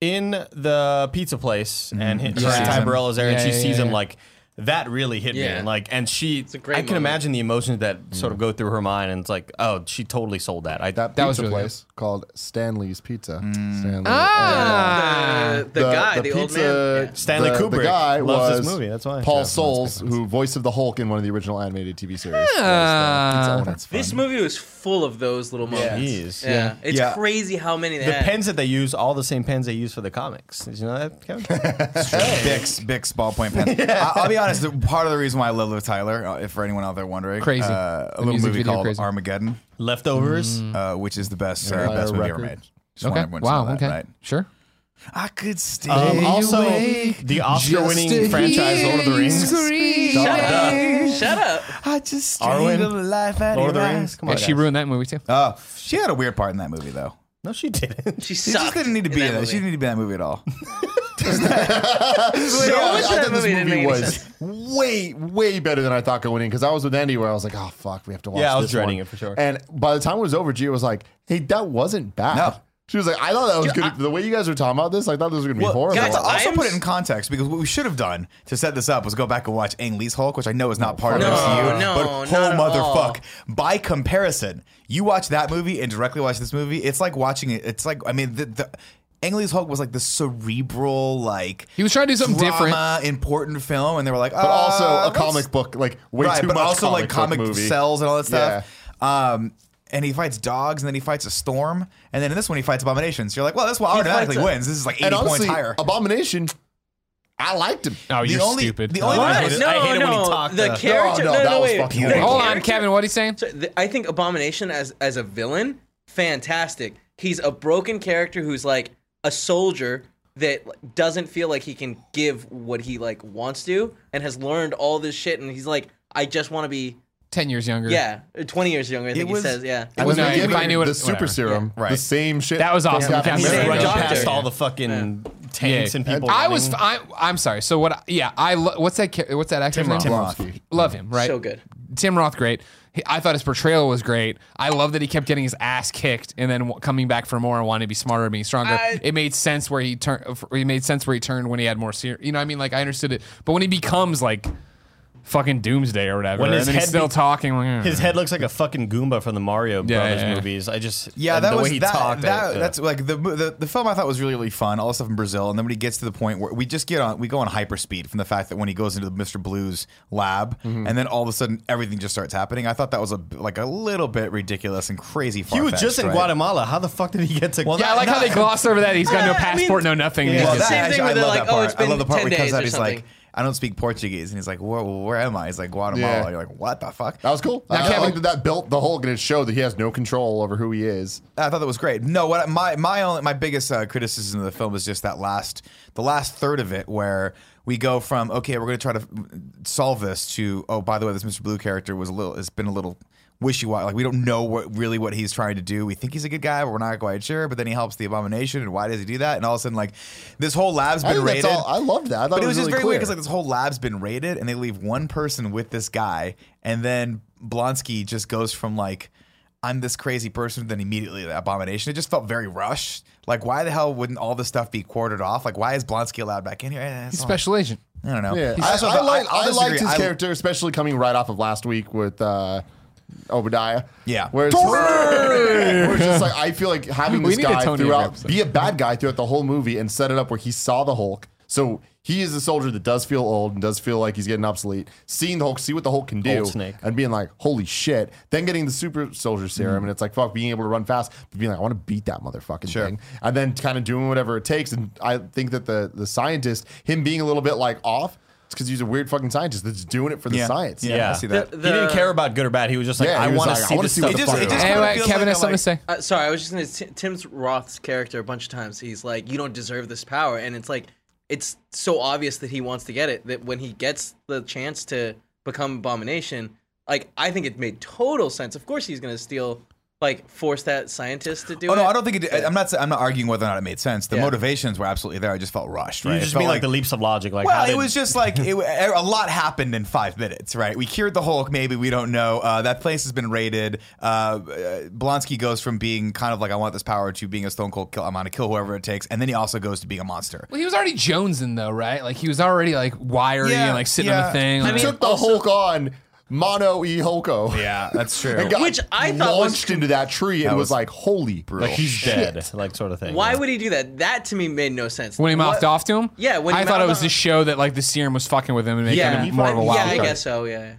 S3: in the pizza place and hit,
S5: Yeah.
S3: Ty
S5: Yeah.
S3: Burrell is there and
S2: Yeah,
S3: she
S2: yeah,
S3: sees
S2: yeah,
S3: him
S2: yeah.
S3: like that really hit me
S4: Yeah.
S3: and like and she
S4: a great
S3: I can
S4: moment.
S3: imagine the emotions that sort of go through her mind and it's like oh she totally sold that I
S1: That, pizza
S2: That was really
S1: place called Stanley's Pizza. Stanley.
S2: ah,
S4: the, the guy, the, old man. Yeah.
S3: Stanley
S1: the- The
S3: Kubrick
S1: guy
S3: loves
S1: was
S3: this movie, that's why.
S1: Paul
S3: Yeah, that's
S1: Souls, who voice of the Hulk in one of the original animated TV series. uh,
S2: Ah.
S1: that's
S4: This movie was full of those little
S3: Jeez.
S4: moments. Yeah,
S3: Yeah.
S4: it's
S5: Yeah.
S4: crazy how many they
S3: the
S4: had.
S3: pens that they use all the same pens they use for the comics did you know that Kevin?
S5: Bix, Bix ballpoint pen. I, will be honest. the- Part of the reason why I love Liv Tyler, uh, if for anyone out there wondering,
S2: Crazy.
S5: uh,
S2: The
S5: a little
S2: music
S5: movie
S2: video
S5: called
S2: crazy.
S5: Armageddon,
S3: leftovers
S5: uh, which is the best, uh,
S1: Empire
S5: best movie ever made.
S1: Records.
S5: Just want
S2: okay.
S5: everyone to know
S2: Wow.
S5: that,
S2: okay.
S5: right?
S2: Sure.
S5: I could stay
S3: Um, also,
S5: awake
S3: the Oscar-winning
S5: just to
S3: franchise
S5: hear
S3: Lord of the
S5: you
S3: Rings.
S5: scream.
S4: Shut up! Shut up!
S5: I just
S3: Arwen,
S5: stayed alive at
S3: Lord of the
S5: your
S3: Rings.
S5: eyes.
S3: Come
S2: Yeah,
S3: on,
S2: she
S3: guys.
S2: ruined that movie too.
S5: Oh, she had a weird part in that movie though.
S3: No, she didn't.
S4: She
S5: She
S4: sucked.
S5: just didn't need to be in that. She
S4: movie.
S5: didn't need to be in that movie at all.
S1: Yeah,
S4: much
S1: I
S4: of
S1: thought
S4: that movie
S1: this
S4: didn't
S1: movie
S4: make any
S1: was way, way better than I thought going in because I was with Andy where I was like, oh fuck, we have to watch.
S3: Yeah, I was
S1: this
S3: dreading
S1: one."
S3: it for sure.
S1: And by the time it was over, Gia was like, hey, that wasn't bad.
S5: No.
S1: She was like, I thought that was good. The way you guys were talking about this, I thought this was gonna be horrible.
S5: Let's
S4: guys, I
S5: also
S4: am
S5: put
S4: s-
S5: it in context because what we should have done to set this up was go back and watch Ang Lee's Hulk, which I know is not part
S4: No,
S5: of MCU,
S4: no,
S5: but
S4: not
S5: whole
S4: at all.
S5: motherfuck. By comparison, you watch that movie and directly watch this movie. It's like watching it. It's like I mean the. the Ang Lee's Hulk was like the cerebral, like
S2: He was trying to do something
S5: drama, important film, and they were like,
S1: but also
S4: uh,
S1: a
S5: comic
S1: comic book, like way
S5: right,
S1: too
S5: but
S1: much
S5: also
S1: comic
S5: like
S1: book
S5: comic
S1: movie.
S5: cells and all that stuff. Um, and he fights dogs, and then he fights a storm, and then in this one he fights abominations. You're like, well, this one automatically
S4: fights a-
S5: wins. This is like 80
S1: And honestly,
S5: points higher.
S1: Abomination, I liked him.
S2: Oh,
S5: The
S2: you're
S5: only-
S2: stupid.
S5: the only-
S2: Uh,
S5: I
S4: What?
S5: hate it-
S4: no,
S3: I hate it when
S4: no.
S3: he talked,
S4: the
S3: uh,
S4: character.
S1: No, no,
S4: No, no,
S1: that was
S4: wait.
S1: fucking
S4: The
S2: Hold on,
S4: character-
S2: Kevin. What are you saying?
S4: So th- I think Abomination as as a villain, fantastic. He's a broken character who's like a soldier that like, doesn't feel like he can give what he like wants to, and has learned all this shit, and he's like, I just want to be
S2: Ten years younger.
S4: yeah, twenty years younger. I think
S5: was-
S4: he says yeah.
S1: And
S2: No,
S1: then they
S2: if
S1: gave
S2: I
S1: him
S2: knew it-
S1: the super
S2: whatever.
S1: serum,
S5: Yeah.
S1: the
S5: Right.
S1: same shit.
S2: That was awesome.
S1: Captain
S2: Captain
S4: He's
S1: America.
S4: America.
S3: running
S4: doctor.
S3: past all the fucking tanks and people.
S2: I was.
S3: running.
S2: I, I'm sorry. So what? Yeah. I. Lo- what's that? ca- What's that actor's name?
S5: Tim Roth.
S2: Love him. Right.
S4: So good.
S2: Tim Roth, great. He- I thought his portrayal was great. I love that he kept getting his ass kicked and then w- coming back for more and wanting to be smarter and being stronger.
S4: I-
S2: it made sense where he turned. It made sense where he turned when he had more. Ser- you know, what I mean, like I understood it, but when he becomes like fucking Doomsday or whatever.
S3: When
S2: and
S3: his
S2: then he's
S3: head
S2: still
S3: be-
S2: talking. like,
S3: His head looks like a fucking Goomba from the Mario
S2: Yeah,
S3: Brothers
S2: yeah, yeah.
S3: movies. I just
S5: Yeah,
S3: and
S5: that
S3: the
S5: was
S3: way he
S5: that,
S3: talked. uh,
S5: that-
S3: I- yeah.
S5: That's like the, mo- the the film I thought was really really fun. All the stuff in Brazil, and then when he gets to the point where we just get on, we go on hyperspeed from the fact that when he goes into the Mister Blues lab, and then all of a sudden everything just starts happening. I thought that was a like a little bit ridiculous and crazy.
S3: he was just in
S5: right?
S3: Guatemala. How the fuck did he get to?
S5: Well,
S2: yeah, I like how they gloss over that. He's got no
S4: Uh, I mean-
S2: passport, no nothing.
S3: Yeah.
S2: He's
S5: Well,
S2: just-
S5: that,
S4: Same thing
S5: actually,
S4: where
S5: I
S4: they're
S5: love
S4: like,
S5: that
S4: "Oh,
S5: part.
S4: it's
S5: I love
S4: been
S5: the part
S4: 10
S5: where he comes
S4: days
S5: out.
S4: or
S5: He's like,
S4: something.
S5: I don't speak Portuguese, and he's like, Where, where am I? He's like, Guatemala.
S1: Yeah.
S5: You're like, What the fuck?
S1: That was cool.
S2: Now,
S1: I, I
S2: Kevin-
S1: like that that built the Hulk and it showed that he has no control over who he is.
S5: I thought that was great. No, what my my only my biggest uh, criticism of the film is just that last the last third of it where we go from okay, we're going to try to solve this to oh, by the way, this Mr. Blue character was a little has been a little wishy washy. Like we don't know what really what he's trying to do. We think he's a good guy, but we're not quite sure. But then he helps the abomination, and why does he do that? And all of a sudden, like this whole lab's
S1: I,
S5: been
S1: think that's
S5: raided.
S1: all, I loved that. I thought
S5: But
S1: it was,
S5: just
S1: really
S5: very
S1: clear.
S5: weird because like this whole lab's been raided, and they leave one person with this guy, and then Blonsky just goes from like, "I'm this crazy person," then immediately the abomination. It just felt very rushed. Like, why the hell wouldn't all this stuff be quartered off? Like, why is Blonsky allowed back in here? Eh, it's
S2: he's
S5: all-
S2: special agent.
S5: I don't know.
S1: Yeah,
S5: I
S1: I,
S5: also
S1: I,
S5: thought-
S1: like,
S5: I'll
S1: I liked
S5: disagree.
S1: his
S5: I-
S1: character, especially coming right off of last week with uh, Obadiah.
S5: Yeah.
S1: where it's just, where it's just like I feel like having
S2: We
S1: this
S2: need a
S1: guy
S2: Tony Abrams
S1: throughout
S2: episode.
S1: be a bad guy throughout the whole movie and set it up where he saw the Hulk. So he is a soldier that does feel old and does feel like he's getting obsolete. Seeing the Hulk, see what the Hulk can do,
S3: Old snake.
S1: and being like, "Holy shit!" Then getting the super soldier
S5: Mm-hmm.
S1: serum, and it's like, "Fuck!" Being able to run fast, but being like, "I want to beat that motherfucking thing," and then kind of doing whatever it takes. And I think that the the scientist, him being a little bit like off, it's because he's a weird fucking scientist that's doing it for the
S5: Yeah.
S1: science.
S5: Yeah. I see
S4: The-
S5: that.
S4: the-
S3: he didn't care about good or bad. He was just like,
S1: Yeah,
S3: I
S1: he was
S3: want to
S1: like, I
S3: see
S1: wanna
S3: this
S1: see what
S5: It
S3: stuff.
S1: the
S5: just,
S1: fuck
S5: it just
S1: Hey,
S5: kinda
S2: Anyway,
S5: feels
S2: Kevin
S5: like
S2: has
S5: a,
S2: something to say.
S5: like-
S4: Uh, sorry, I was just gonna. T- Tim's Roth's character a bunch of times. He's like, "You don't deserve this power," and it's like, it's so obvious that he wants to get it. That when he gets the chance to become Abomination, like I think it made total sense. Of course, he's gonna steal, like, force that scientist to do
S5: Oh
S4: it.
S5: no, I don't think it. I'm not. I'm not arguing whether or not it made sense. The
S4: Yeah.
S5: motivations were absolutely there. I just felt rushed. Right?
S3: You
S5: It
S3: just
S5: felt
S3: mean like, the leaps of logic. Like, how
S5: Well,
S3: did,
S5: it was just like it, a lot happened in five minutes, right? We cured the Hulk. Maybe we don't know. Uh, that place has been raided. Uh, uh, Blonsky goes from being kind of like I want this power to being a stone cold kill. I'm gonna kill whoever it takes, and then he also goes to being a monster.
S2: Well, he was already Jonesing though, right? Like he was already like wiry
S5: Yeah,
S2: and like sitting on
S5: yeah.
S2: a thing.
S1: He
S2: like-
S1: took the Hulk on mono e Hulko.
S5: Yeah, that's true.
S1: And got
S4: Which I thought was
S1: launched into that tree and
S5: That
S1: was,
S5: was
S1: like, "Holy bro,
S3: like he's dead, like sort of thing.
S4: Why
S3: Yeah.
S4: would he do that? That to me made no sense.
S2: when he mouthed
S4: What-
S2: off to him,
S4: Yeah, when he
S2: I thought it
S4: mouthed
S2: was
S4: off-
S2: to show that like the serum was fucking with him and making
S4: Yeah,
S2: him more of a
S4: yeah,
S2: wild
S4: I
S2: card.
S4: guess so. Yeah.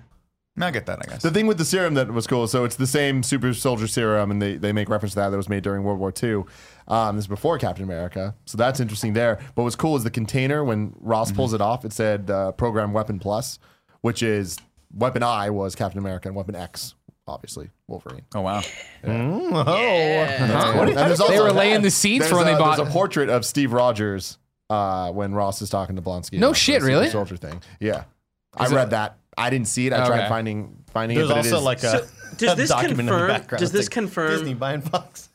S5: No, I get that. I guess.
S1: The thing with the serum that was cool, so it's the same super soldier serum, and they, they make reference to that that was made during World War II. Um, this is before Captain America, so that's interesting there. But what's cool is the container when Ross pulls it off, it said uh, Program Weapon Plus, which is Weapon I was Captain America, and Weapon X, obviously Wolverine.
S5: oh wow.
S1: That's cool. And there's
S2: They
S1: also-
S2: were laying the seeds
S1: there's
S2: for when
S1: a,
S2: they bought-
S1: There's a portrait of Steve Rogers uh, when Ross is talking to Blonsky.
S2: No
S1: about the
S2: shit,
S1: super
S2: really?
S1: Soldier thing. Yeah, I read that. I didn't see it. I tried
S2: Okay.
S1: finding finding
S3: There's
S1: it. but it
S3: also
S1: is-
S3: like a,
S4: does
S3: a
S4: this
S3: document in the
S4: confirm-
S3: background.
S4: does
S3: It's
S4: this
S3: like,
S4: confirm-
S3: Disney buying Fox?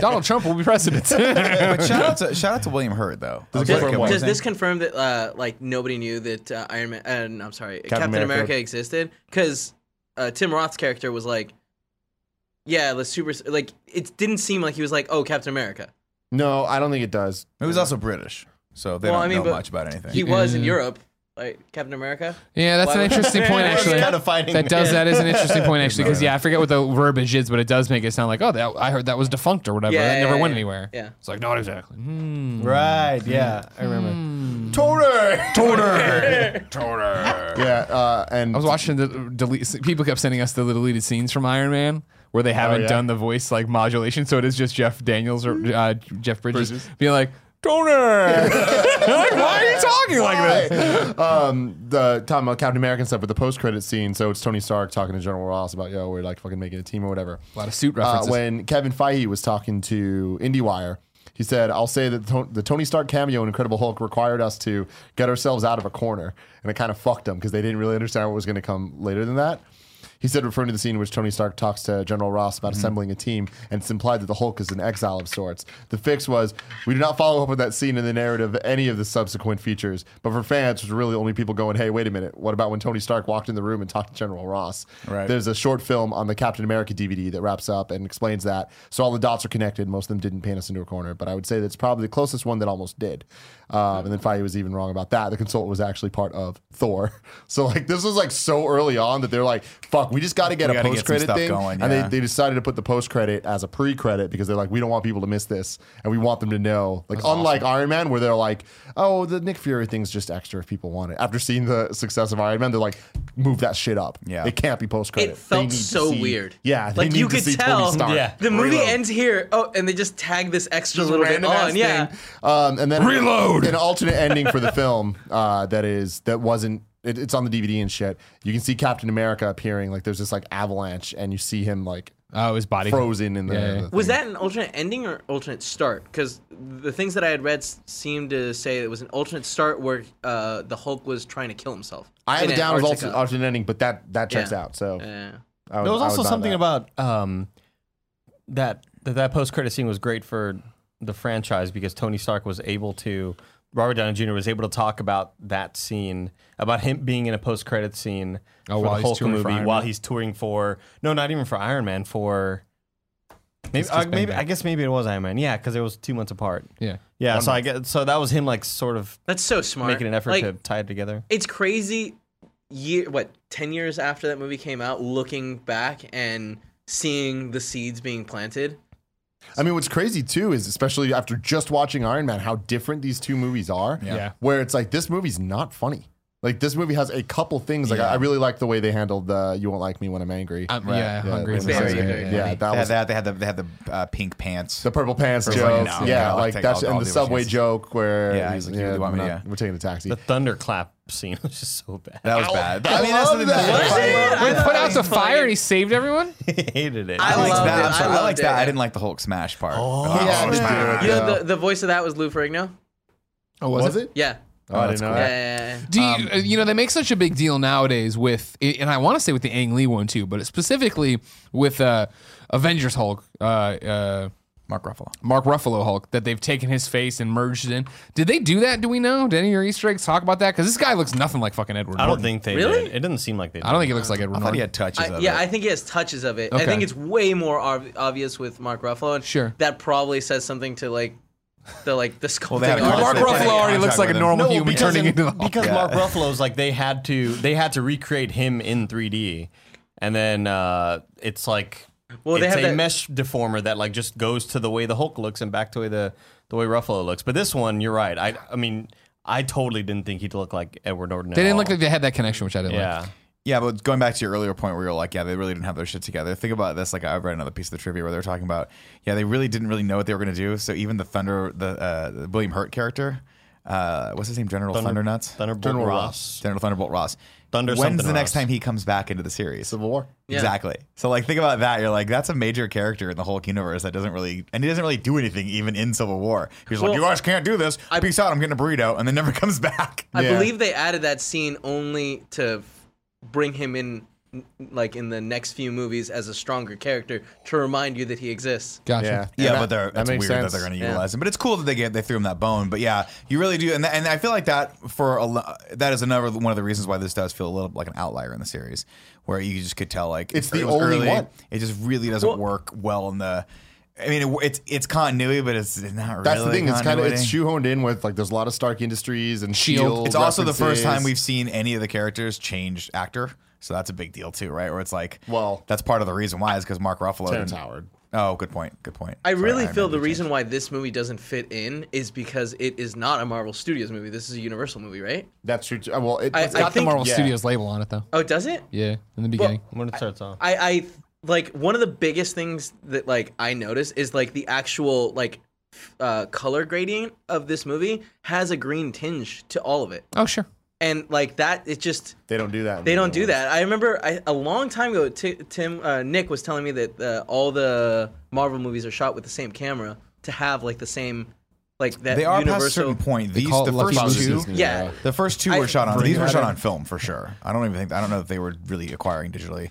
S2: Donald Trump will be president. yeah,
S5: But shout out to shout out to William Hurt though.
S1: Does it
S5: That was
S1: confirm
S5: like a
S1: what?
S5: good
S4: Does this confirm that uh, like nobody knew that uh, Iron Man? Uh, no, I'm sorry, Captain,
S1: America.
S4: America. existed because uh, Tim Roth's character was like, yeah, the super like it didn't seem like he was like, oh, Captain America.
S1: no, I don't think it does.
S5: It was also British, so they
S4: Well,
S5: don't
S4: I mean,
S5: know
S4: but
S5: much about anything.
S4: He was in Europe, like Captain America.
S2: that's an
S4: Why-
S2: interesting point actually.
S3: kind of fighting
S2: That does
S3: Yeah.
S2: that is an interesting point actually because yeah I forget what the verbiage is but it does make it sound like oh that I heard that was defunct or whatever
S4: Yeah,
S2: that
S4: yeah,
S2: never went
S4: yeah.
S2: anywhere
S4: Yeah.
S2: it's like not exactly Hmm.
S3: Right. Yeah, I remember.
S1: Toner.
S2: Toner.
S1: Yeah, uh, and
S2: I was watching the delete. People kept sending us the deleted scenes from Iron Man where they haven't
S1: yeah.
S2: done the voice like modulation, so it is just Jeff Daniels or uh, Jeff Bridges, being like. Toner. like, why are you talking like this?
S1: um, the talking about Captain America and stuff, but the post credit scene. So it's Tony Stark talking to General Ross about yo, we're like fucking making a team or whatever.
S2: A lot of suit
S1: uh,
S2: references.
S1: when Kevin Feige was talking to IndieWire, he said, "I'll say that the Ton- the Tony Stark cameo in Incredible Hulk required us to get ourselves out of a corner, and it kind of fucked them because they didn't really understand what was going to come later than that." He said, referring to the scene in which Tony Stark talks to General Ross about assembling a team, and it's implied that the Hulk is an exile of sorts. The fix was we do not follow up with that scene in the narrative of any of the subsequent features, but for fans, it was really only people going, "Hey, wait a minute, what about when Tony Stark walked in the room and talked to General Ross?"
S5: Right.
S1: There's a short film on the Captain America DVD that wraps up and explains that. So all the dots are connected. Most of them didn't paint us into a corner, but I would say that's probably the closest one that almost did. Um, and then Feige was even wrong about that. The consultant was actually part of Thor. So like this was like so early on that they're like, "Fuck, we just got to get
S5: We
S1: a
S5: gotta get some
S1: post credit
S5: stuff
S1: thing,"
S5: going,
S1: and
S5: yeah.
S1: they, they decided to put the post credit as a pre credit because they're like, we don't want people to miss this, and we want them to know. Like, unlike Iron Man, where they're like, oh, the Nick Fury thing's just extra if people want it. After seeing the success of Iron Man, they're like, move that shit up.
S5: Yeah.
S1: it can't be post credit.
S4: It felt so weird.
S1: Yeah, they
S4: like
S1: need
S4: you
S1: to
S4: could
S1: see Tony
S4: tell.
S1: Stark.
S3: Yeah.
S4: The movie
S5: Reload.
S4: ends here. Oh, and they just tag this extra
S1: Just
S4: little bit
S1: random ass
S4: on. Yeah,
S1: thing. um, and then
S2: Reload!
S1: an alternate ending for the film uh, that is that wasn't. It, it's on the DVD and shit. You can see Captain America appearing. Like there's this like avalanche, and you see him like
S2: Oh, his body.
S1: frozen in the.
S2: Yeah, yeah.
S1: the
S4: Was
S1: thing.
S4: that an alternate ending or alternate start? Because the things that I had read s- seemed to say it was an alternate start where uh, the Hulk was trying to kill himself.
S1: I have
S4: in
S1: it down as
S4: Antarctica.
S1: alternate, alternate ending, but that that checks
S4: Yeah.
S1: out. So
S4: Yeah.
S1: I would-
S3: There was
S1: I
S3: also
S1: would buy
S3: something
S1: that.
S3: about um, that that, that post credit scene was great for the franchise because Tony Stark was able to Robert Downey Jr. was able to talk about that scene about him being in a post credit scene
S2: Oh,
S3: for
S2: while
S3: the
S2: he's
S3: Hulk
S2: touring for
S3: movie
S2: Iron
S3: while
S2: Man?
S3: he's touring for no, not even for Iron Man for maybe
S2: Kiss,
S3: uh,
S2: Bang,
S3: maybe
S2: Bang.
S3: I guess maybe it was Iron Man yeah because it was two months apart
S2: Yeah.
S3: yeah so I guess so that was him like sort of
S4: That's so smart.
S3: making an effort
S4: Like,
S3: to tie it together
S4: It's crazy. Year what? Ten years after that movie came out, looking back and seeing the seeds being planted.
S1: I mean, what's crazy too is especially after just watching Iron Man, how different these two movies are.
S5: Yeah.
S2: Yeah.
S1: Where it's like this movie's not funny. Like this movie has a couple things. Like I, I really like the way they handled the "You won't like me when I'm angry."
S2: I'm,
S5: Right.
S2: Yeah, hungry.
S1: that was-
S4: Very,
S1: yeah,
S4: very
S1: yeah,
S4: funny.
S1: yeah, that
S5: they
S1: was
S5: had that. They had the they had the uh, pink pants.
S1: the purple pants
S5: Purple
S1: joke.
S5: pants. No,
S1: yeah,
S5: no, I'll
S1: like
S5: take-
S1: that's
S5: I'll-
S1: and
S5: I'll
S1: the
S5: do what
S1: subway
S5: she says.
S1: joke where
S5: Yeah,
S1: he's
S5: he's
S1: like,
S5: like, you
S1: yeah,
S5: really want
S1: we're,
S5: me
S1: not,
S5: to-
S1: we're taking the taxi.
S3: the thunderclap scene was just so bad
S5: that was bad.
S1: I
S5: I mean, that's
S1: love
S5: the thing
S1: that.
S5: that's
S1: Was
S5: funny.
S1: it?
S2: They put out the fire and he saved everyone.
S3: I hated it
S5: I
S4: I
S5: liked
S4: loved
S5: that.
S4: it.
S5: I'm sorry.
S4: I
S5: I,
S4: loved
S5: liked that.
S4: it.
S5: I didn't like the Hulk smash part. Oh,
S1: yeah, they
S4: You
S1: did.
S4: know,
S1: Yeah.
S4: the, the voice of that was Lou Ferrigno.
S2: Oh,
S1: was it?
S4: Yeah.
S1: Oh, I
S5: that's
S1: didn't know
S5: cool.
S1: that.
S4: Yeah.
S2: Do you, uh, you know they make such a big deal nowadays with, and I want to say with the Ang Lee one too, but specifically with uh, Avengers Hulk, uh, uh,
S5: Mark Ruffalo.
S2: Mark Ruffalo Hulk, that they've taken his face and merged it in. Did they do that? Do we know? Did any of your Easter eggs talk about that? Because this guy looks nothing like fucking Edward.
S3: I don't
S2: Norton.
S3: think they
S4: Really?
S3: did. It didn't seem like they did.
S2: I don't think he looks like Edward.
S5: I thought
S2: Norton.
S5: he had touches
S4: I,
S5: of
S4: yeah,
S5: it.
S4: I think he has touches of it.
S2: Okay.
S4: I think it's way more ob- obvious with Mark Ruffalo, and
S2: Sure.
S4: that probably says something to like the like the sculpting.
S5: they had a
S4: artist.
S2: Mark
S5: They had
S2: Ruffalo already
S5: contact
S2: looks like a
S5: with him.
S2: normal human
S3: because
S2: turning
S3: in-
S2: into the Hulk.
S3: because Mark Ruffalo's like they had to they had to recreate him in 3D, and then uh, it's like
S4: Well, they
S3: it's
S4: have
S3: a
S4: that-
S3: mesh deformer that like just goes to the way the Hulk looks and back to the way the the way Ruffalo looks. But this one, you're right. I I mean, I totally didn't think he'd look like Edward Norton.
S2: they didn't look like they had that connection, which I didn't like.
S3: yeah.
S5: Yeah, but going back to your earlier point where you're like, yeah, they really didn't have their shit together. Think about this. Like, I read another piece of the trivia where they're talking about, yeah, they really didn't really know what they were going to do. So even the Thunder, the, uh, the William Hurt character, uh, what's his name? General Thundernuts?
S3: Thunderbolt
S1: General
S3: Ross.
S5: General Thunderbolt Ross.
S3: Thunder
S5: When's
S3: something
S5: the next
S3: Ross.
S5: time he comes back into the series?
S1: Civil War.
S4: Yeah.
S5: Exactly. So like, think about that. You're like, that's a major character in the Hulk universe that doesn't really, and he doesn't really do anything even in Civil War. He's like,
S4: Well,
S5: you guys can't do this.
S4: I-
S5: Peace out. I'm getting a burrito, and then never comes back.
S4: I
S1: Yeah.
S4: believe they added that scene only to f- bring him in, n- like in the next few movies as a stronger character to remind you that he exists.
S2: Gotcha.
S1: Yeah,
S5: Yeah,
S1: And
S5: but
S1: that-
S5: they're,
S1: that
S5: that's weird
S1: makes
S5: that
S1: sense.
S5: they're going to
S4: Yeah.
S5: utilize him. But it's cool that they get they threw him that bone. But yeah, you really do, and tha- and I feel like that for a lo- that is another one of the reasons why this does feel a little like an outlier in the series, where you just could tell like
S1: It's
S5: it
S1: the
S5: was
S1: only
S5: early.
S1: one.
S5: It just really doesn't work well in the. I mean, it, it's it's continuity, but it's not really.
S1: That's the thing. It's kind of
S5: continuity.
S1: it's shoehorned in with like there's a lot of Stark Industries and
S2: Shield.
S1: Shield.
S5: E It's also the first
S1: E
S5: time
S1: references.
S5: we've seen any of the characters change actor, so that's a big deal too, right? Where it's like,
S1: Well-
S5: that's part of the reason why is because Mark Ruffalo
S1: Terrence
S5: didn't-
S1: Howard.
S5: Oh, good point. Good point.
S4: I
S5: Sorry,
S4: really
S5: Iron
S4: feel
S5: Man
S4: the
S5: did
S4: reason why this movie doesn't fit in is because it is not a Marvel Studios movie. This is a Universal movie, right?
S1: That's true. too. Uh, Well, it,
S4: I-
S1: it's
S4: I
S1: got
S2: The
S4: think-
S2: Marvel
S1: yeah.
S2: Studios label on it though.
S4: Oh, does it?
S2: Yeah, in the beginning.
S3: When it starts off,
S4: I, I like one of the biggest things that like I notice is like the actual like f- uh, color grading of this movie has a green tinge to all of it,
S2: oh sure.
S4: and like that, it just
S1: They don't do that. in
S4: they
S1: the
S4: don't do
S1: other
S4: that. I remember I, a long time ago, Ti- Tim uh, Nick was telling me that uh, all the Marvel movies are shot with the same camera to have like the same like that
S5: They are past a
S4: universal.
S5: certain point. These
S2: call it
S5: the
S2: Lucky
S5: first
S1: ones.
S5: two,
S1: Disney,
S4: yeah,
S5: the first two
S4: I-
S5: were shot on. These
S1: it
S5: were shot
S1: up.
S5: on film for sure. I don't even think. I don't know if they were really acquiring digitally.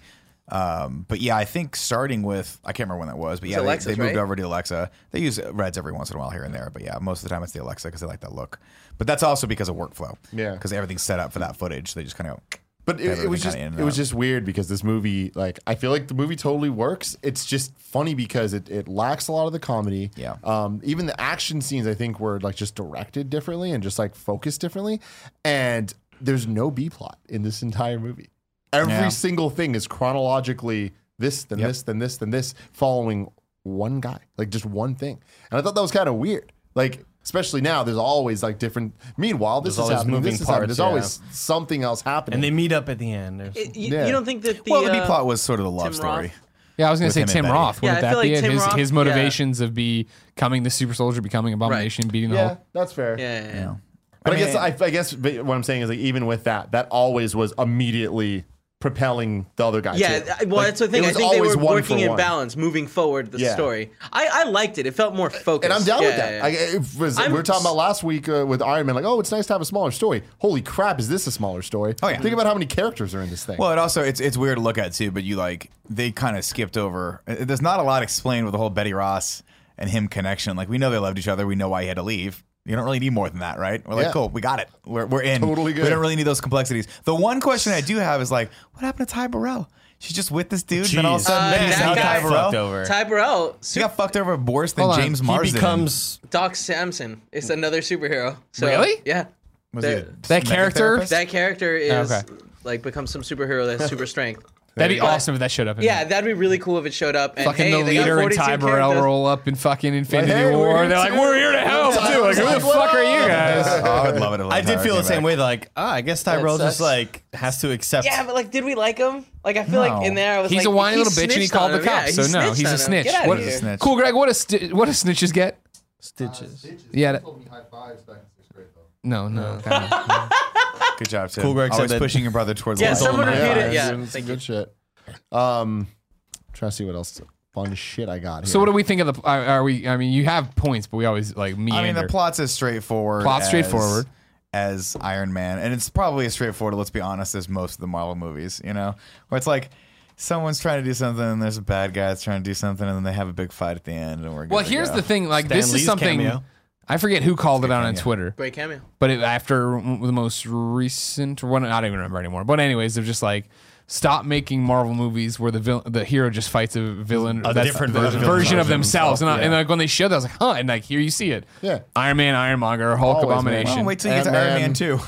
S5: Um, but yeah, I think starting with I can't remember when that was, but yeah, they-
S4: Alexis,
S5: they, moved
S4: right?
S5: over to Alexa. They use Reds every once in a while here and there, but yeah, most of the time it's the Alexa because they like that look. But that's also because of workflow.
S1: Yeah.
S5: because everything's set up for that footage. They just kind of
S1: But it, it was
S5: Everything
S1: just
S5: kinda in and
S1: it was
S5: out.
S1: just weird because this movie, like, I feel like the movie totally works. It's just funny because it, it lacks a lot of the comedy.
S5: Yeah.
S1: Um, even the action scenes, I think, were like just directed differently and just like focused differently. And there's no B plot in this entire movie. Every
S5: Yeah.
S1: single thing is chronologically this, then this, then this, then this, following one guy, like just one thing. And I thought that was kind of weird. Like, especially now, there's always like different. Meanwhile, this
S3: There's
S1: is
S3: always
S1: happening.
S3: moving
S1: This is happening.
S3: parts,
S1: There's always something else happening.
S3: and they meet up at the end. There's-
S4: It- you,
S1: Yeah.
S4: you don't think that the
S5: well, the B
S4: uh,
S5: plot was sort of the love
S4: Tim
S5: story.
S4: Roth?
S2: Yeah, I was gonna
S5: With
S2: say
S5: him and
S2: Tim
S5: Betty.
S2: Roth.
S4: Yeah,
S2: Wouldn't
S4: I
S2: that
S4: feel like
S2: be it?
S4: Tim
S2: His,
S4: Roth-
S2: his
S4: yeah.
S2: motivations of becoming the super soldier, becoming Abomination, beating the
S1: Yeah,
S2: Hulk.
S1: that's fair.
S4: Yeah, yeah, yeah.
S1: But I,
S5: I mean,
S1: guess I, I guess but what I'm saying is like even with that, that always was immediately propelling the other guy.
S4: Yeah,
S1: too.
S4: I- well,
S1: Like,
S4: that's the
S1: it
S4: thing. I
S1: was
S4: think they
S1: always
S4: were
S1: one
S4: working
S1: for
S4: in
S1: one.
S4: balance, moving forward the
S1: Yeah.
S4: story. I, I liked it. It felt more focused.
S1: And I'm down with
S4: Yeah,
S1: that.
S4: yeah,
S1: I,
S4: yeah.
S1: it was, we
S4: I'm-
S1: were talking about last week uh, with Iron Man, like, oh, it's nice to have a smaller story. Holy crap, is this a smaller story?
S5: Oh, yeah.
S1: Think about how many characters are in this thing.
S5: Well, it also it's it's weird to look at too, but you like they kind of skipped over. uh, There's not a lot explained with the whole Betty Ross and him connection. Like we know they loved each other. We know why he had to leave. You don't really need more than that, right? We're like,
S1: Yeah.
S5: cool, we got it. We're, we're in.
S1: Totally good.
S5: We don't really need those complexities. The one question I do have is like, what happened to Ty Burrell? She's just with this dude, and then all of a
S3: Jeez.
S5: sudden,
S4: Uh,
S5: man,
S4: that
S5: now
S4: guy-
S5: Ty
S4: Got
S3: fucked
S5: Burrell.
S3: over.
S4: Ty Burrell,
S5: He got fucked over worse than
S2: Hold on.
S5: James
S2: He
S5: Marsden.
S3: he becomes
S4: Doc Samson is another superhero. So,
S2: Really?
S4: Yeah.
S5: Was
S4: That-
S5: he a
S2: That character-
S5: megatherapist?
S4: That character is
S2: Okay.
S4: like becomes some superhero that has super strength.
S2: That'd be awesome if that showed up. In
S4: Yeah,
S2: there.
S4: that'd be really cool if it showed up. And
S2: fucking
S4: hey,
S2: the
S4: they got
S2: leader and
S4: 42
S2: Ty Burrell
S4: characters.
S2: roll up in fucking Infinity
S1: Like, hey, we're
S2: War.
S1: here
S2: They're like,
S1: too.
S2: we're here to help
S1: Ty
S2: too. Like, who the
S1: Burrell.
S2: fuck are you guys?
S5: Oh, I would love it. if
S3: I did
S5: Ty
S3: feel the
S5: came
S3: same
S5: back.
S3: way. Like, ah, I guess Ty
S4: That
S3: Burrell just
S4: sucks.
S3: like has to accept.
S4: Yeah, but like, did we like him? Like, I feel
S5: No.
S4: like in there, I was
S2: He's
S4: like,
S2: a whiny
S4: he
S2: little bitch, and he
S4: snitched
S2: called
S4: on
S2: the
S4: him. Yeah,
S2: cops.
S4: he
S2: so no,
S4: snitched
S2: he's a
S4: on him.
S2: snitch.
S4: Get out
S2: What
S4: of
S5: He's a
S4: here.
S5: snitch.
S2: Cool, Greg. What a sti- what do snitches get?
S3: Stitches.
S2: Yeah. that-
S6: told me high fives back in sixth grade though.
S2: No, no. God.
S5: Good job, Tim.
S3: Cool, Greg said
S5: Always
S3: that-
S5: pushing your brother towards
S4: Yeah,
S5: light.
S4: someone
S3: Yeah.
S4: reviewed it.
S1: Yeah,
S4: Yeah,
S1: doing some
S4: thank
S1: good
S4: you.
S1: shit. Um, trying to see what else fun shit I got. Here.
S2: so what do we think of the? Are, are we? I mean, you have points, but we always like meander.
S5: I mean, the plot's as straightforward.
S2: Plot's
S5: as-
S2: straightforward.
S5: as Iron Man, and it's probably as straightforward. Let's be honest, as most of the Marvel movies, you know, where it's like someone's trying to do something, and there's a bad guy that's trying to do something, and then they have a big fight at the end, and we're good
S2: Well,
S5: to
S2: here's
S5: go.
S2: the thing. Like,
S3: Stan
S2: this is
S3: Lee's
S2: something.
S3: cameo.
S2: I forget who called it out on Twitter,
S4: Great cameo.
S2: but it, after the most recent one, I don't even remember anymore. But anyways, they're just like, stop making Marvel movies where the villain, the hero just fights a villain, that's
S3: different
S2: the
S3: version.
S2: version of
S3: Version
S2: themselves. And, I,
S3: yeah.
S2: and like when they showed that, I was like, huh. And like here you see it.
S1: Yeah.
S2: Iron Man, Ironmonger, Hulk,
S1: Always, man.
S2: Abomination.
S5: Oh, wait till you get to
S1: Ant-Man.
S5: Iron Man two.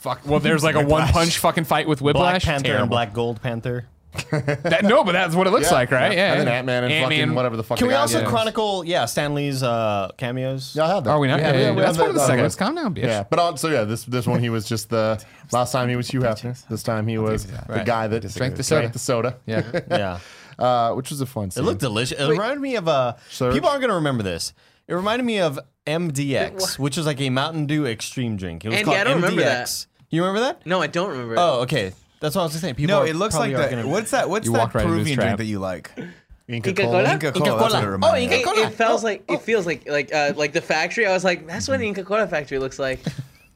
S2: Fuck. Well, there's like a one punch fucking fight with Whiplash.
S3: Black Panther
S2: Terrible.
S3: and Black Gold Panther.
S2: That, no, but that's what it looks
S1: Yeah.
S2: like, right?
S1: Yeah.
S2: Yeah.
S1: And then Ant-Man and fucking whatever the fuck
S3: Can
S1: the
S3: we
S1: guy
S3: also
S1: is.
S3: chronicle? Yeah, Stanley's uh, cameos.
S1: Yeah, I have that.
S2: Are we not?
S1: Yeah,
S2: Yeah,
S1: yeah,
S2: yeah,
S1: we
S2: That's
S1: have
S2: part of the
S1: that.
S2: second. Let's calm down, bitch.
S1: Yeah, but on, so yeah, this this one he was just the last time he was Hugh Hefner. This time he was the
S3: Right.
S1: guy that
S2: Drank
S1: drank
S2: the soda.
S1: the soda.
S2: Yeah.
S3: yeah.
S1: uh, which was a fun
S3: It
S1: scene.
S3: looked delicious. It reminded me of Uh,
S1: Surge?
S3: people aren't gonna remember this. It reminded me of MDX, which was like a Mountain Dew extreme drink. It was
S4: Andy,
S3: called
S4: I don't
S3: MDX.
S4: remember
S3: You remember that?
S4: No, I don't remember. it.
S3: Oh, okay. That's what I was saying. People
S5: No,
S3: are-
S5: it looks
S3: probably
S5: like
S3: aren't
S5: that.
S3: gonna-
S5: What's that? What's
S2: You
S5: that
S2: walk right into
S5: Peruvian
S2: his
S5: drink
S2: trap.
S5: that you like?
S1: Inca
S4: Inca
S1: Kola?
S4: Kola?
S5: Inca Cola. That's what it
S3: Cola.
S5: reminded
S3: Oh,
S5: me
S3: Inca
S5: of.
S4: It,
S3: Cola.
S4: it feels like
S2: oh.
S4: it feels like like uh, like the factory. I was like, that's what an Inca Kola factory looks like.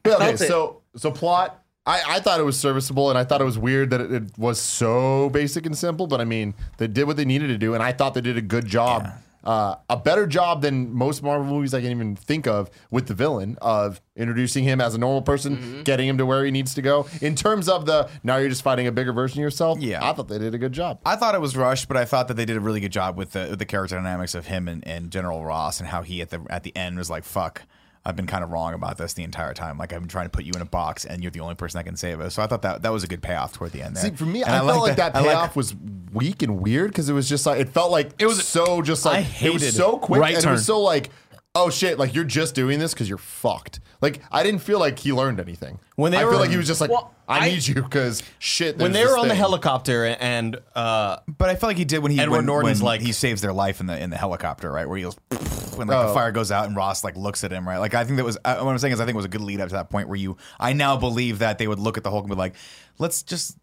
S1: But okay,
S4: Felt it.
S1: so so plot. I, I thought it was serviceable, and I thought it was weird that it, it was so basic and simple. But I mean, they did what they needed to do, and I thought they did a good job, uh, a better job than most Marvel movies I can even think of with the villain of introducing him as a normal person,
S4: Mm-hmm.
S1: getting him to where he needs to go. In terms of the now you're just fighting a bigger version of yourself.
S5: Yeah.
S1: I thought they did a good job.
S5: I thought it was rushed, but I thought that they did a really good job with the with the character dynamics of him and, and General Ross and how he at the at the end was like, "Fuck, I've been kind of wrong about this the entire time. Like I've been trying to put you in a box, and you're the only person that can save us." So I thought that that was a good payoff toward the end. There.
S1: See, for me,
S5: And
S1: I, felt like that,
S5: I
S1: payoff was weak and weird because it was just like it felt like it was so just like
S3: I
S1: it was
S3: hated
S1: so quick
S2: right
S1: and it was
S2: turn.
S1: so like oh shit like you're just doing this because you're fucked. Like I didn't feel like he learned anything.
S3: When they
S1: I feel
S3: were-
S1: like he was just like
S4: Well,
S1: I,
S4: I-
S1: need you because shit.
S3: when
S1: there's
S3: they were
S1: this
S3: on the
S1: thing.
S3: helicopter and uh,
S5: but I felt like he did when he
S3: Edward
S5: when,
S3: Norton's
S5: when
S3: like-
S5: he saves their life in the in the helicopter, right? Where he goes when like the fire goes out and Ross like looks at him, right? Like I think that was I, what I'm saying is I think it was a good lead up to that point where you I now believe that they would look at the Hulk and be like, let's just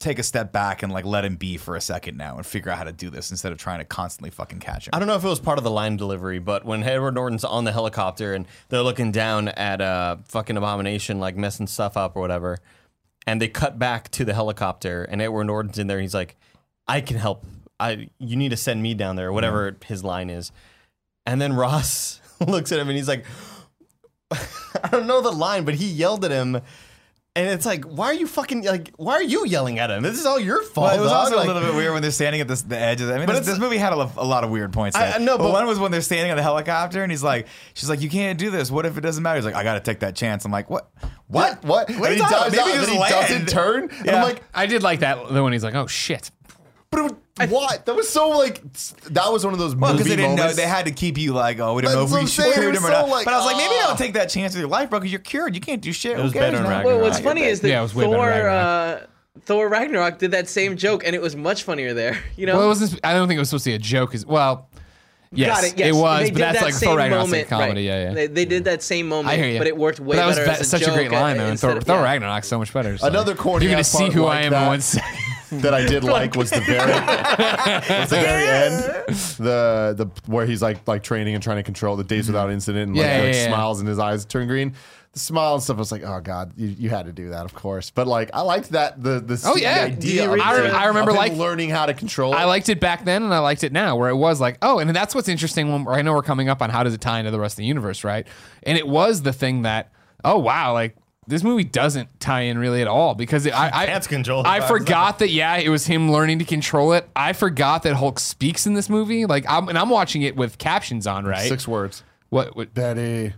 S5: take a step back and like let him be for a second now and figure out how to do this instead of trying to constantly fucking catch him.
S3: I don't know if it was part of the line delivery, but when Edward Norton's on the helicopter and they're looking down at uh, fucking Abomination, like messing stuff up or whatever, and they cut back to the helicopter and Edward Norton's in there, he's like, I can help. I you need to send me down there, or whatever his line is. And then Ross looks at him and he's like, I don't know the line, but he yelled at him. And it's like, why are you fucking like? Why are you yelling at him? This is all your fault.
S1: Oh,
S5: Well, it was
S3: dog.
S5: also
S3: Like,
S5: a little bit weird when they're standing at this, the edge. Of, I mean,
S3: But
S5: this,
S3: it's-
S5: this movie had a, lo- a lot of weird points.
S3: I-
S5: in it.
S3: I know, but-
S5: one was when they're standing on the helicopter, and he's like, "She's like, you can't do this. What if it doesn't matter?" He's like, "I got to take that chance." I'm like, "What? What?
S1: What?
S5: What?
S1: and
S5: are
S1: he
S5: you talking
S1: dives
S5: about?
S1: out,
S5: Maybe
S1: and then he
S5: just
S1: doesn't
S5: land.
S1: turn. And
S5: Yeah.
S1: I'm like,
S2: I did like that though when he's like, "Oh shit."
S1: but it, was- what? That was so like. s- That was one of those
S5: Well,
S1: movie
S5: because they didn't know
S1: moments.
S5: they had to keep you like, oh, we didn't know
S1: That's
S5: if we
S1: what I'm saying.
S5: cured
S1: It
S5: him or
S1: was
S5: not.
S1: so like,
S5: but I was like, maybe
S1: ah.
S5: don't take that chance with your life, bro, because you're cured. You can't do shit.
S3: It was
S5: Who
S3: better
S5: cares
S3: in
S5: now?
S3: Ragnarok.
S4: Well, what's
S5: I get
S4: funny
S5: that.
S4: is that
S2: Yeah, it was way better
S4: Thor,
S2: than
S4: uh, Thor Ragnarok did that same joke, and it was much funnier there. You know,
S2: Well, it wasn't. I don't think it was supposed to be a joke. Is well, yes,
S4: Got it. Yes.
S2: was.
S4: They
S2: But
S4: did
S2: that's
S4: that
S2: like
S4: same
S2: Thor Ragnarok's like
S4: moment,
S2: comedy.
S4: right.
S2: Yeah, yeah.
S4: They, they did that same moment,
S2: I hear you.
S4: but it worked way
S2: that was
S4: better
S2: ba-
S4: as a
S2: such
S4: joke uh,
S2: a great line though. And
S4: instead
S2: Thor,
S4: of-
S2: Thor
S4: yeah.
S2: Ragnarok's so much better. so-
S1: Another corny
S2: You're gonna
S1: ass
S2: see
S1: part
S2: who
S1: like
S2: I am
S1: that.
S2: in one second.
S1: that I did like was the very was the very end. The the where he's like like training and trying to control the days without incident and like,
S2: Mm-hmm. Yeah, yeah,
S1: like
S2: yeah.
S1: smiles and his eyes turn green. The smile and stuff I was like, oh god, you, you had to do that, of course. But like I liked that the the
S2: Oh,
S1: the
S2: yeah.
S1: idea.
S2: I
S1: of
S2: re-
S1: it,
S2: I remember,
S1: of him
S2: like-
S1: learning how to control.
S2: I
S1: it.
S2: liked it back then and I liked it now, where it was like, oh, and that's what's interesting when I know we're coming up on how does it tie into the rest of the universe, right? And it was the thing that, oh wow, like this movie doesn't tie in really at all because it, I I,
S3: That's control.
S2: I forgot that yeah, it was him learning to control it. I forgot that Hulk speaks in this movie. Like I'm and I'm watching it with captions on, right?
S1: six words.
S2: What, what
S1: Betty,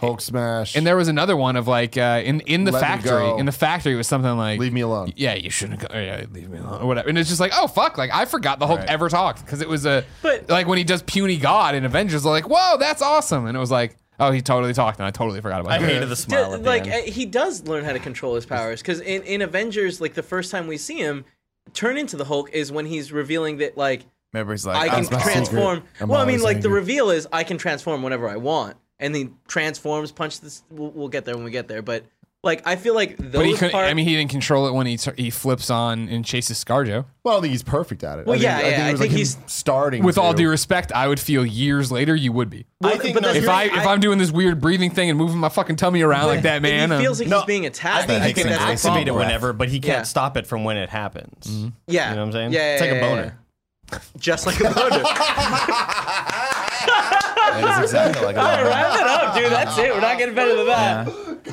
S1: Hulk smash,
S2: and there was another one of like uh, in in the
S1: Let me
S2: factory.
S1: go.
S2: In the factory it was something like
S1: leave me alone.
S2: Yeah, you shouldn't go. Yeah, leave me alone or whatever. And it's just like, oh fuck, like I forgot the Hulk ever talked because it was a
S4: But-
S2: like when he does puny God in Avengers, like whoa, that's awesome, and it was like, oh, he totally talked, and I totally forgot about
S3: I
S2: that.
S3: hated the smile.
S4: D-
S3: at the
S4: like
S3: end.
S4: uh, he does learn how to control his powers because in, in Avengers, like the first time we see him turn into the Hulk is when he's revealing that like
S5: Remember, he's like,
S4: I
S5: "I'm
S4: can
S5: special."
S4: transform.
S1: secret. I'm
S4: well, I mean,
S1: always
S4: like the
S1: angry.
S4: reveal is I can transform whenever I want, and he transforms, punch this. We'll, we'll get there when we get there, but like I feel like those
S2: But he couldn't.
S4: parts.
S2: I mean, he didn't control it when he tur- he flips on and chases Scarjo.
S1: Well, I don't think he's perfect at it.
S4: Well,
S1: I think,
S4: yeah,
S1: I
S4: yeah,
S1: think,
S4: I
S1: it was like
S4: think
S1: him
S4: he's-
S1: starting.
S2: With all
S1: to.
S2: due respect, I would feel years later you would be.
S4: well,
S3: I think-
S4: but
S3: no,
S4: that's
S2: If
S4: the
S2: I
S4: thing,
S2: if I'm doing this weird breathing thing and moving my fucking tummy around like that, man,
S4: he
S2: um,
S4: feels like
S3: No,
S4: he's being attacked.
S3: I think he
S5: think
S3: can
S5: it's an
S4: that's the
S3: activate
S4: problem.
S3: it
S5: accident.
S3: whenever, but he can't
S4: Yeah.
S3: stop it from when it happens.
S4: Yeah,
S3: You know what I'm saying?
S4: Yeah,
S3: It's like a
S4: yeah, yeah,
S3: boner.
S4: yeah. just like a boner.
S5: That is exactly like a lot of-
S4: Wrap it up, dude. That's it. We're not getting better than that.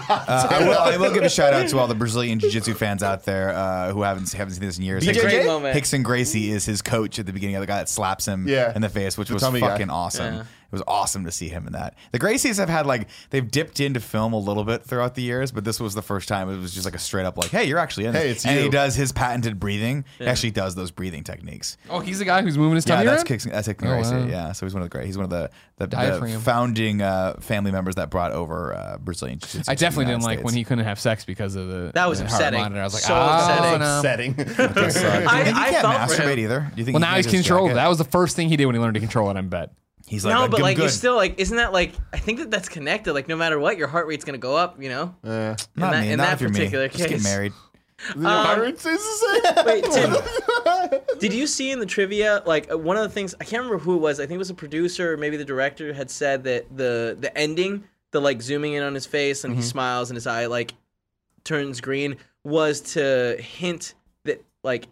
S5: Uh, I will. I will give a shout out to all the Brazilian jiu-jitsu fans out there uh, who haven't haven't seen this in years.
S4: It's a great
S5: Hickson-
S4: moment.
S5: Hickson Gracie is his coach at the beginning of the guy that slaps him
S1: Yeah.
S5: in the face, which was
S1: tummy
S5: fucking
S1: guy.
S5: awesome.
S4: Yeah.
S5: It was awesome to see him in that. The Gracies have had like they've dipped into film a little bit throughout the years, but this was the first time it was just like a straight up like, hey, you're actually in. This.
S1: Hey, it's
S5: and he
S1: you.
S5: does his patented breathing. He actually does those breathing techniques.
S2: oh, he's the guy who's moving his
S5: Yeah,
S2: tummy
S5: that's
S2: around.
S5: Hickson, that's Hickson
S2: Oh,
S5: Gracie.
S2: wow.
S5: Yeah, so he's one of the great. He's one of the the, the
S2: Diaphragm.
S5: founding uh, family members that brought over uh, Brazilian jiu-jitsu.
S2: I
S5: to the
S2: definitely
S5: United
S2: didn't like when
S5: States.
S2: he couldn't have sex because of the
S4: That was
S2: the heart
S4: upsetting.
S2: monitor. I was like,
S4: So
S2: oh,
S4: upsetting.
S2: no.
S1: setting.
S5: Do you think he
S4: I
S5: can't
S4: felt for
S5: masturbate
S4: him.
S5: either? Do you think
S2: Well,
S5: he
S2: now
S5: can
S2: he's
S5: just
S2: controlled.
S5: jack it?
S2: That was the first thing he did when he learned to control it. I bet.
S5: He's like,
S4: No,
S5: "I'm
S4: but like
S5: good.
S4: it's still like, isn't that like? I think that that's connected. Like no matter what, your heart rate's gonna go up. You know.
S5: not
S4: that-
S5: me,
S4: in
S5: not
S4: that
S5: if you're me.
S4: particular
S5: Just get
S4: case.
S5: married.
S2: Um,
S4: Wait, Tim, did you see in the trivia like uh, one of the things I can't remember who it was. I think it was a producer or maybe the director had said that the the ending, the like zooming in on his face and he smiles and his eye like turns green was to hint that like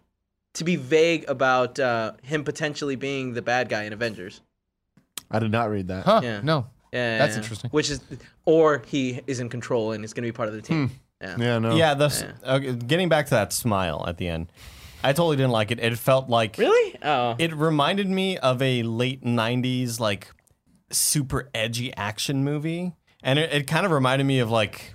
S4: to be vague about uh, him potentially being the bad guy in Avengers.
S1: I did not read that.
S2: Huh?
S4: Yeah.
S2: No.
S4: Yeah,
S2: That's
S4: yeah, yeah.
S2: interesting.
S4: Which is, or he is in control and is going to be part of the team. Yeah.
S1: Yeah, no.
S3: Yeah, the, s okay, getting back to that smile at the end, I totally didn't like it. It felt like
S4: Really? Oh.
S3: It reminded me of a late '90s like super edgy action movie, and it, it kind of reminded me of like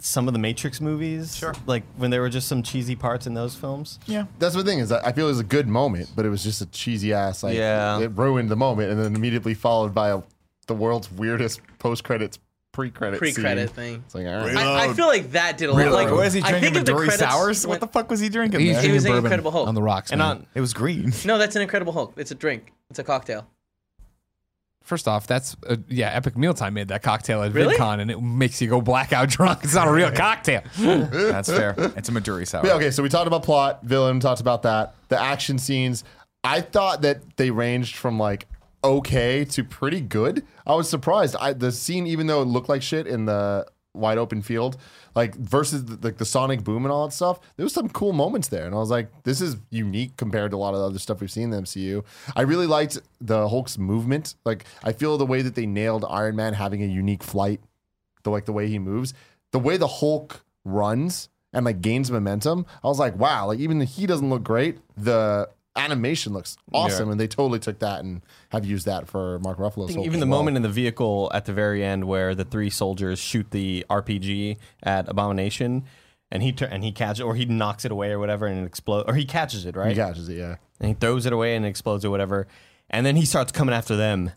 S3: some of the Matrix movies. Sure, like when there were just some cheesy parts in those films.
S5: Yeah.
S1: That's the thing is I I feel it was a good moment, but it was just a cheesy ass like
S3: Yeah.
S1: it ruined the moment and then immediately followed by a, the world's weirdest post credits pre credit
S4: Pre-credit thing.
S1: It's like all right.
S4: I, I feel like that did a lot. Like,
S5: what is he
S4: I
S5: drinking?
S4: think if the
S5: Midori
S4: credits
S5: sours?
S4: went-
S5: What the fuck was he drinking?
S2: He's
S5: there?
S2: drinking
S4: was in
S2: bourbon
S4: Incredible Hulk.
S2: on the rocks.
S3: And
S2: man.
S3: on
S5: It was green.
S4: No, that's an Incredible Hulk. It's a drink. It's a cocktail.
S2: First off, that's uh, yeah, Epic Mealtime made that cocktail at
S4: Really?
S2: VidCon, and it makes you go blackout drunk. It's not a real cocktail.
S5: That's fair. It's a Maduri sour.
S1: Yeah, okay, so we talked about plot, villain, talked about that, the action scenes. I thought that they ranged from like okay to pretty good. I was surprised. I the scene even though it looked like shit in the wide open field, like versus the, like the sonic boom and all that stuff. There was some cool moments there, and I was like, this is unique compared to a lot of the other stuff we've seen in the MCU. I really liked the Hulk's movement. Like I feel the way that they nailed Iron Man having a unique flight, the like the way he moves, the way the Hulk runs and like gains momentum. I was like, wow, like even the he doesn't look great. The animation looks awesome, and they totally took that and have used that for Mark Ruffalo's. Hulk as
S3: Even the
S1: well.
S3: moment in the vehicle at the very end where the three soldiers shoot the RPG at Abomination, and he tur- and he catches or he knocks it away or whatever, and it explodes or he catches it
S1: he
S3: right,
S1: catches it, yeah.
S3: and he throws it away and it explodes or whatever, and then he starts coming after them,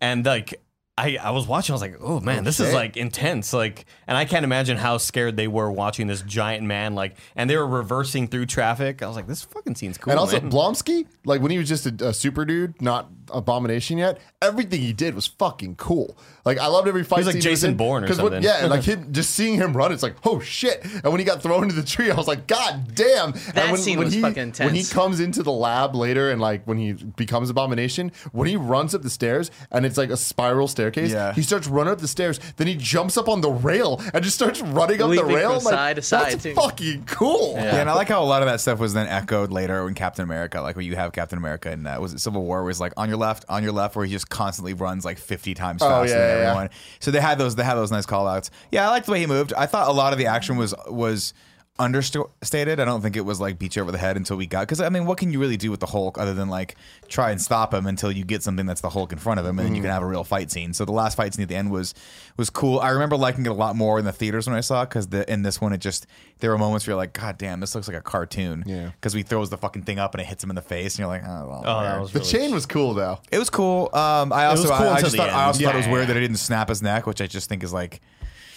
S3: and like. I, I was watching. I was like, "Oh man, this is like intense!" Like, and I can't imagine how scared they were watching this giant man. Like, and they were reversing through traffic. I was like, "This fucking scene's cool."
S1: And also
S3: man.
S1: Blomsky, like when he was just a, a super dude, not Abomination yet, everything he did was fucking cool. Like I loved every fight.
S3: was like
S1: scene
S3: Jason
S1: in.
S3: Bourne or
S1: 'Cause when-
S3: something.
S1: yeah, and, like him just seeing him run, it's like oh shit. And when he got thrown into the tree, I was like, god damn. and
S4: That
S1: when,
S4: scene was
S1: he,
S4: fucking
S1: When he
S4: intense.
S1: comes into the lab later, and like when he becomes Abomination, when he runs up the stairs, and it's like a spiral staircase.
S5: Yeah.
S1: He starts running up the stairs, then he jumps up on the rail and just starts running up the
S4: Leaping
S1: rail.
S4: from
S1: I'm like,
S4: side to side,
S1: That's
S4: too."
S1: fucking cool.
S5: Yeah. and I like how a lot of that stuff was then echoed later in Captain America, like when you have Captain America in uh, was it Civil War, where he's like on your left, on your left, where he just constantly runs like fifty times
S4: Oh,
S5: faster
S1: yeah,
S5: than
S1: yeah, yeah.
S5: everyone. So they had those they had those nice call outs. Yeah, I liked the way he moved. I thought a lot of the action was was understated. I don't think it was like beat you over the head until we got because I mean, what can you really do with the Hulk other than like try and stop him until you get something that's the Hulk in front of him and then you can have a real fight scene. So the last fight scene at the end was was cool. I remember liking it a lot more in the theaters when I saw it because in this one it just there were moments where you're like, God damn, this looks like a cartoon.
S1: Yeah.
S5: because he throws the fucking thing up and it hits him in the face and you're like, oh, well,
S3: oh, that
S5: whatever."
S3: was
S1: The
S3: really
S1: chain was cool though.
S5: It was cool. Um, I also
S3: was cool
S5: I, I
S3: until
S5: just
S3: the
S5: thought, I
S3: end.
S5: also thought it was
S3: Yeah.
S5: weird that it didn't snap his neck, which I just think is like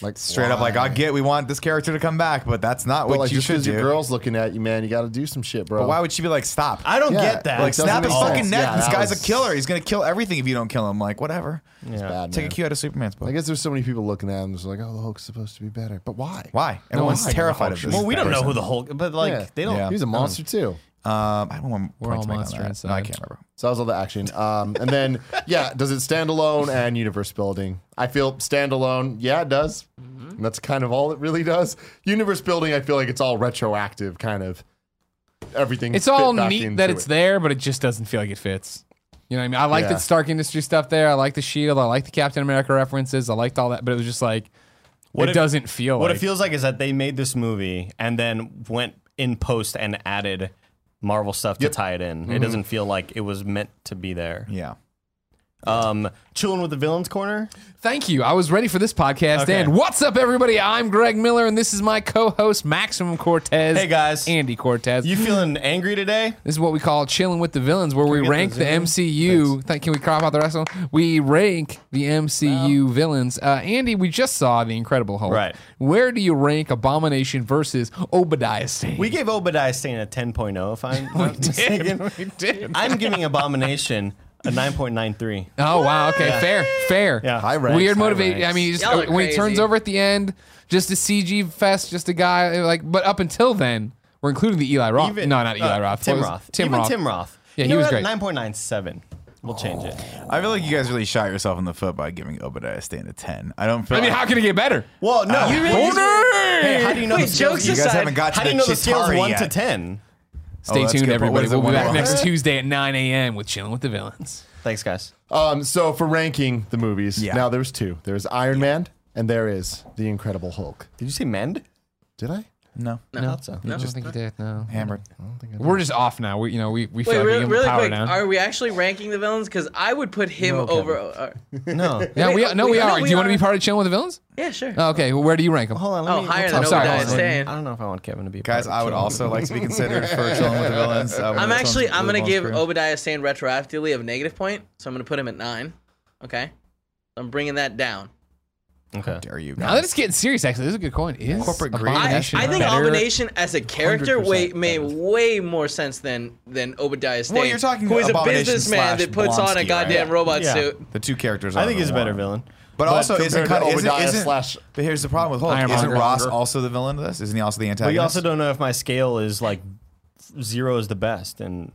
S1: Like
S5: straight up like
S1: why?
S5: I get we want this character to come back, but that's not
S1: But
S5: what
S1: like
S5: you
S1: just
S5: should
S1: because
S5: do.
S1: your girl's looking at you, man, you got to do some shit, bro.
S5: but why would she be like stop?
S3: I don't
S1: Yeah,
S3: get that.
S1: like,
S5: like snap
S1: doesn't
S5: his
S1: make
S5: fucking
S1: sense.
S5: neck.
S1: Yeah,
S5: this
S1: that
S5: guy's
S1: was-
S5: a killer. He's gonna kill everything if you don't kill him. Like whatever.
S1: It's bad,
S5: Take
S1: man.
S5: a cue out of Superman's book.
S1: I guess there's so many people looking at him. They're like, oh, the Hulk's supposed to be better, but why?
S5: why? Everyone's
S1: why?
S5: terrified of this.
S3: Well, we don't know
S5: person.
S3: who the Hulk, but like
S1: Yeah.
S3: they don't.
S5: Yeah.
S1: He's a monster too.
S5: Um, I don't want
S2: We're
S5: points
S2: all
S5: to make on
S2: monster
S5: that.
S2: inside.
S5: No, I can't remember.
S1: So that was all the action. Um, and then yeah, does it stand alone and universe building? I feel standalone. Yeah, it does. And that's kind of all it really does. Universe building, I feel like it's all retroactive, kind of everything.
S2: It's
S1: fit
S2: all
S1: back
S2: neat
S1: into
S2: that it's
S1: it.
S2: there, but it just doesn't feel like it fits. You know what I mean? I liked
S1: Yeah.
S2: the Stark Industry stuff there. I liked the Shield. I liked the Captain America references. I liked all that, but it was just like it
S3: What if-
S2: doesn't feel
S3: What
S2: like.
S3: it feels like is that they made this movie and then went in post and added Marvel stuff to tie it in. It doesn't feel like it was meant to be there.
S5: Yeah.
S3: Um, chilling with the villains corner.
S2: Thank you. I was ready for this podcast.
S3: Okay.
S2: And what's up, everybody? I'm Greg Miller, and this is my co-host Maximum Cortez.
S3: Hey, guys.
S2: Andy Cortez.
S3: You feeling angry today?
S2: This is what we call chilling with the villains, where we
S3: get
S2: rank
S3: the
S2: the,
S3: zoom?
S2: MCU. Th- can we crop out the rest of them? We rank the MCU villains. Uh, Andy, we just saw the Incredible Hulk.
S3: Right.
S2: Where do you rank Abomination versus Obadiah Stane?
S3: We gave Obadiah Stane a 10.0, if I'm not mistaken.
S2: we did.
S3: I'm giving Abomination a 9.93.
S2: Oh wow. Okay. Fair. Fair.
S3: Yeah. High
S5: ranks,
S2: Weird
S5: high
S2: motivation. I
S5: ranks.
S2: mean, just,
S4: Y'all are
S2: when he turns
S4: crazy.
S2: over at the end, just a CG fest, just a guy like. But up until then, we're including the Eli Roth.
S3: Even-
S2: no, not Eli
S3: uh,
S2: Roth.
S3: Tim
S2: What was-
S3: Roth.
S2: Tim
S3: Even
S2: Roth.
S3: Tim Roth.
S2: Yeah,
S3: You
S2: he
S3: know
S2: was
S3: what?
S2: great.
S3: 9.97. We'll change it.
S5: I feel like you guys really shot yourself in the foot by giving Obadiah Stane a ten. I don't feel.
S2: I mean,
S5: like-
S2: how can it get better?
S3: Well, no.
S5: You really-
S3: Hey, how do you know
S4: Wait,
S3: the scales?
S4: jokes
S5: you
S3: You
S5: guys
S4: aside,
S5: haven't got to
S3: how do you
S5: the
S3: know the scales
S5: Chitauri
S3: one
S5: yet.
S3: to ten?
S2: Stay
S5: Oh, that's
S2: tuned,
S5: good. What
S2: everybody.
S5: is it,
S2: We'll be
S5: one
S2: back
S5: more?
S2: next Tuesday at 9 a.m. with Chilling with the Villains.
S3: Thanks, guys.
S1: Um, so for ranking the movies,
S5: Yeah.
S1: now there's two. There's Iron Man and there is the Incredible Hulk.
S3: Did you say mend?
S1: Did I?
S5: No.
S4: No.
S3: I thought so.
S2: I don't think you did. No,
S5: Hammered.
S2: we're just off now. We, you know, we, we feel
S4: Wait,
S2: like we
S4: re-
S2: give
S4: really
S2: them power
S4: quick,
S2: now.
S4: are we actually ranking the villains? Because I would put him over. uh,
S3: No.
S2: yeah,
S4: wait,
S2: we,
S4: uh,
S2: no, we,
S4: we- no,
S2: are.
S4: we
S2: Do you want to be
S4: are.
S2: part of Chilling with the Villains?
S4: yeah, sure.
S2: Oh, okay, well, where do you rank them?
S3: Hold on. Let
S4: Oh,
S3: me,
S4: higher
S3: we'll
S4: than
S3: talk about
S2: Obadiah
S3: that.
S4: Stane.
S3: I don't know if I want Kevin to be. a
S5: Guys,
S3: part of
S5: I would
S3: it.
S5: also like to be considered for chilling with the villains. Uh, when
S4: I'm
S5: this
S4: actually
S5: one's-
S4: I'm gonna
S5: this
S4: give
S5: one's screwed.
S4: Obadiah Stane retroactively a negative point, so I'm gonna put him at nine. Okay, I'm bringing that down.
S3: Okay.
S5: Dare you
S2: Now that
S5: guys?
S2: it's getting serious, actually, this is a good coin. Is
S5: Corporate greed.
S4: I,
S2: Abomination
S4: I think
S2: better?
S4: Abomination as a character way,
S2: 100%
S4: made
S2: better.
S4: way more sense than than Obadiah Stane,
S5: Well, you're talking
S4: who is a
S5: Abomination
S4: businessman
S5: slash
S4: that puts on a
S5: Blonsky,
S4: goddamn
S5: right?
S4: robot
S3: Yeah.
S4: suit.
S5: The two characters.
S3: I
S5: are
S3: think
S5: the
S3: he's a better
S5: one.
S3: villain.
S5: But, also, isn't,
S1: compared
S5: kind
S1: to
S5: of, isn't,
S1: Obadiah
S5: isn't
S1: slash-
S5: But here's the problem with Hulk.
S2: Ironmonger.
S5: Isn't Ross also the villain of this? Isn't he also
S3: But
S5: the
S3: you
S5: antagonist?
S3: also don't know if my scale is like zero is the best and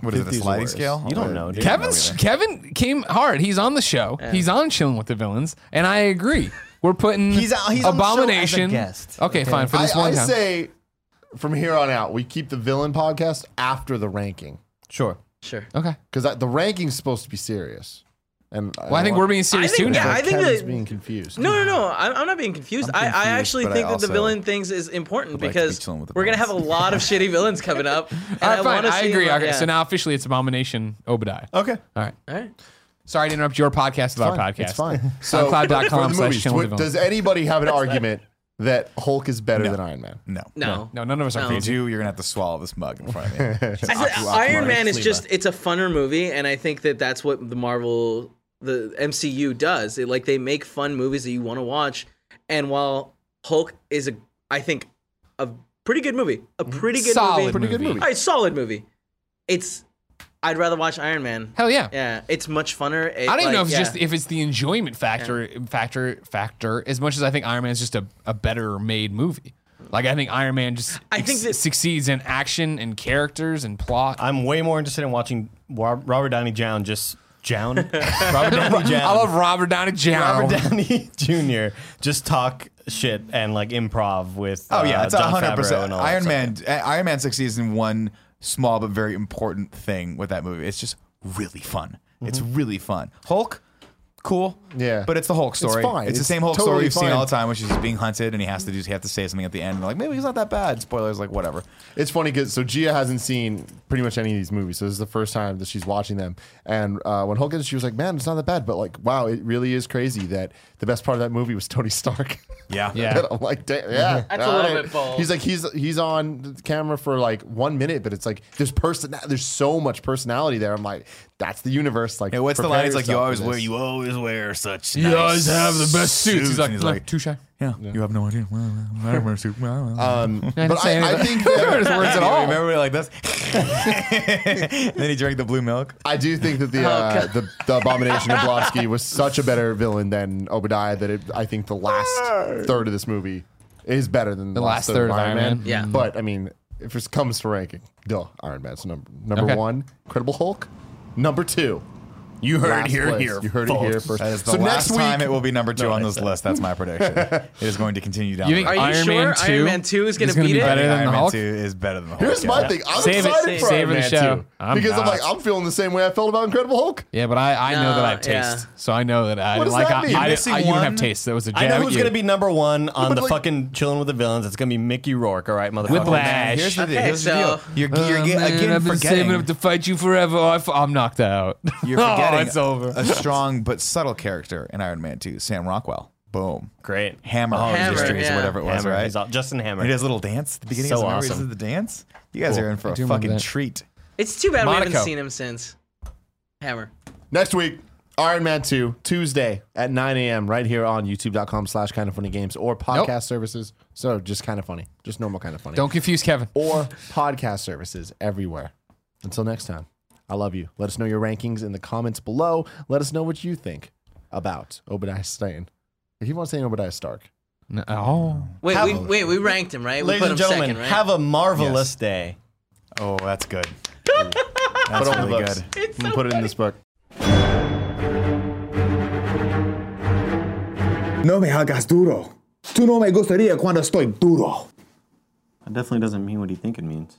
S5: what is it, a
S3: 50s or
S5: sliding
S3: worse.
S5: scale?
S3: You don't
S5: Or-
S3: know, dude.
S5: Yeah,
S2: Kevin, Kevin came hard. He's on the show. He's on Chilling with the Villains, and I agree. We're putting
S3: He's out- he's on the show as a
S2: abomination.
S3: guest.
S2: Okay, fine for this
S1: I,
S2: one
S1: I
S2: time.
S1: say from here on out, we keep the villain podcast after the ranking
S3: Sure.
S4: Sure.
S2: okay.
S1: because the ranking's supposed to be serious. And uh, well,
S2: Well, I think we're being serious
S4: I think-
S2: too now.
S4: yeah, I think
S1: Kevin's
S4: that-
S1: being confused.
S4: No, no, no. I'm, I'm not being confused. I, I
S5: confused,
S4: actually
S5: but I
S4: think that the
S5: also
S4: villain things is important
S5: like to be
S4: because
S5: chilling with the
S4: we're going to have a
S5: villains.
S4: lot of shitty villains coming up. and
S2: All right, Uh, fine.
S4: wanna
S2: I
S4: see
S2: agree.
S4: what-
S2: okay,
S4: yeah.
S2: so now officially it's abomination Obadiah.
S3: Oh.
S5: Okay.
S2: All right.
S4: All right.
S2: Sorry to interrupt your podcast with our
S1: Fine,
S2: podcast.
S1: It's fine.
S2: SoundCloud.com
S1: for the
S2: slash
S1: movies,
S2: Channel
S1: what-
S2: Development.
S1: Does anybody have an argument that Hulk is better than Iron Man?
S5: No.
S4: No.
S2: No, none of us are
S4: No.
S5: If
S2: fans.
S5: you do, you're gonna have to swallow this mug in front of me.
S4: I said,
S5: Aqua-
S4: Iron
S5: Aquaman.
S4: Man is
S3: Sleeva.
S4: just it's a funner movie and I think that that's what the Marvel the MCU does. It, like they make fun movies that you want to watch and while Hulk is a I think a pretty good movie, a pretty good
S2: Mm-hmm. Solid
S4: movie.
S2: Pretty good movie. movie.
S4: All right, solid movie. It's I'd rather watch Iron Man.
S2: Hell yeah.
S4: Yeah, it's much funner. It,
S2: I don't even
S4: like,
S2: know if it's
S4: yeah.
S2: just if it's the enjoyment factor factor factor as much as I think Iron Man is just a, a better made movie. Like I think Iron Man just
S4: I think that-
S2: succeeds in action and characters and plot.
S3: I'm way more interested in watching Wa- Robert Downey Jr. just Jown. Robert Downey Jr.
S2: I love Robert Downey Jr.
S3: Robert Downey Jr. Just talk shit and like improv with.
S5: Oh yeah,
S3: uh,
S5: it's
S3: Jon
S5: hundred
S3: Favreau and
S5: percent.
S3: all that
S5: Iron
S3: stuff.
S5: Man. uh, Iron Man succeeds in one small but very important thing with that movie. It's just really fun. It's really fun. Hulk, cool.
S1: Yeah.
S5: but it's the Hulk story.
S1: fine.
S5: It's, the
S1: It's
S5: same Hulk
S1: totally
S5: story we've seen
S1: fine.
S5: all the time, which is being hunted and he has to do. He has to say something at the end. And like maybe he's not that bad. Spoilers, like whatever.
S1: It's funny because so Gia hasn't seen pretty much any of these movies, so this is the first time that she's watching them. And uh, when Hulk is, she was like, "Man, it's not that bad," but like, wow, it really is crazy that the best part of that movie was Tony Stark.
S5: Yeah,
S2: Yeah.
S1: And I'm like, damn, yeah,
S4: That's a little
S1: alright.
S4: bit bold.
S1: He's like, he's he's on the camera for like one minute, but it's like there's person, there's so much personality there. I'm like, that's the universe. Like,
S5: Yeah, what's the
S1: prepare
S5: line? It's like you
S1: yourself for
S5: always
S1: this.
S5: wear you um, always wear such.
S2: You
S5: nice
S2: always have the best suits. He's like,
S5: and
S2: "Look, too shy.
S5: Yeah, you have no idea. Well, I don't wear a suit. Well, well,
S1: Um,
S2: I didn't
S1: but
S2: say
S1: I, I
S2: anything.
S1: think that,
S5: at all. Remember, we're like this. then he drank the blue milk.
S1: I do think that the uh, the, the abomination of Blonsky was such a better villain than Obadiah that it, I think the last third of this movie is better than the,
S2: last third of Iron Man.
S4: Yeah.
S1: but I mean, if it comes to ranking, duh, Iron Man's number number
S2: Okay.
S1: one, Incredible Hulk, number two.
S3: You heard
S1: last
S3: it here,
S1: place.
S3: here.
S1: You heard it here first.
S5: That is the
S1: so next
S5: last
S1: week,
S5: time it will be number two on
S3: I
S5: this
S3: said-
S5: list. That's my prediction. it is going to continue down.
S2: You
S5: the
S2: think
S5: road.
S4: you
S2: Iron
S4: sure
S2: Man
S4: Iron
S2: 2
S4: Man 2 is gonna
S2: gonna
S4: beat it?
S2: better than
S5: Iron
S2: the
S5: Man
S2: Hulk?
S5: Two is better than the Hulk.
S1: here's
S5: yeah.
S1: my thing. I'm
S2: Save it-
S1: excited for
S2: save
S1: Iron
S2: it
S1: Man
S2: the show.
S1: 2
S2: I'm
S1: because I'm
S2: not.
S1: like I'm feeling the same way I felt about Incredible Hulk.
S2: Yeah, but I, I know that I have
S4: No, yeah.
S2: taste, so I know that I
S1: What does
S2: like
S1: that
S2: I,
S1: mean?
S2: I,
S5: Missing
S2: I- you don't
S5: one?
S2: have taste. That was a jab.
S3: I know
S2: at
S3: who's
S2: you.
S3: gonna be number one on the
S1: like-
S3: fucking chilling with the villains. It's gonna be Mickey Rourke. All right, motherfucker.
S2: Whiplash.
S5: Here's the,
S4: Okay,
S5: here's the
S4: so-
S5: deal. You're, you're get- again
S2: Oh, I've been saving
S5: forgetting.
S2: up to fight you forever. Oh, I f- I'm knocked out.
S5: you're forgetting
S2: oh, it's over.
S5: a strong but subtle character in Iron Man Two, Sam Rockwell. Boom.
S3: Great.
S5: Hammer,
S2: Oh,
S4: Hammer,
S5: Industries,
S4: yeah.
S5: or whatever it was,
S3: Hammer.
S5: right?
S3: He's all- Justin Hammer.
S5: He does a little dance at the beginning
S3: So
S5: of the movie.
S3: awesome.
S5: Is it the dance? You guys are in for a
S2: do remember
S5: fucking
S2: that.
S5: treat.
S4: It's too bad we
S2: Monaco.
S4: haven't seen him since. Hammer.
S1: Next week, Iron Man 2, Tuesday at 9 a.m. right here on youtube.com slash kind of funny games or podcast
S2: Nope.
S1: services. So just kind of funny, just normal kind of funny.
S2: Don't confuse Kevin.
S1: Or podcast services everywhere. Until next time, I love you. Let us know your rankings in the comments below. Let us know what you think about Obadiah Stane. I keep on saying Obadiah Stark.
S2: No, oh.
S4: Wait,
S3: Have
S4: we,
S3: a-
S4: wait, we ranked him, right? we
S3: Ladies
S4: put
S3: and
S4: him
S3: gentlemen,
S4: second, right?
S3: have a marvelous day.
S5: Oh, that's good. That's
S1: on the
S5: really
S1: books.
S5: good.
S4: It's
S1: I'm
S4: so
S1: gonna put it in this book.
S7: No me hagas duro. Tú no me gustaría cuando estoy duro.
S8: That definitely doesn't mean what you think it means.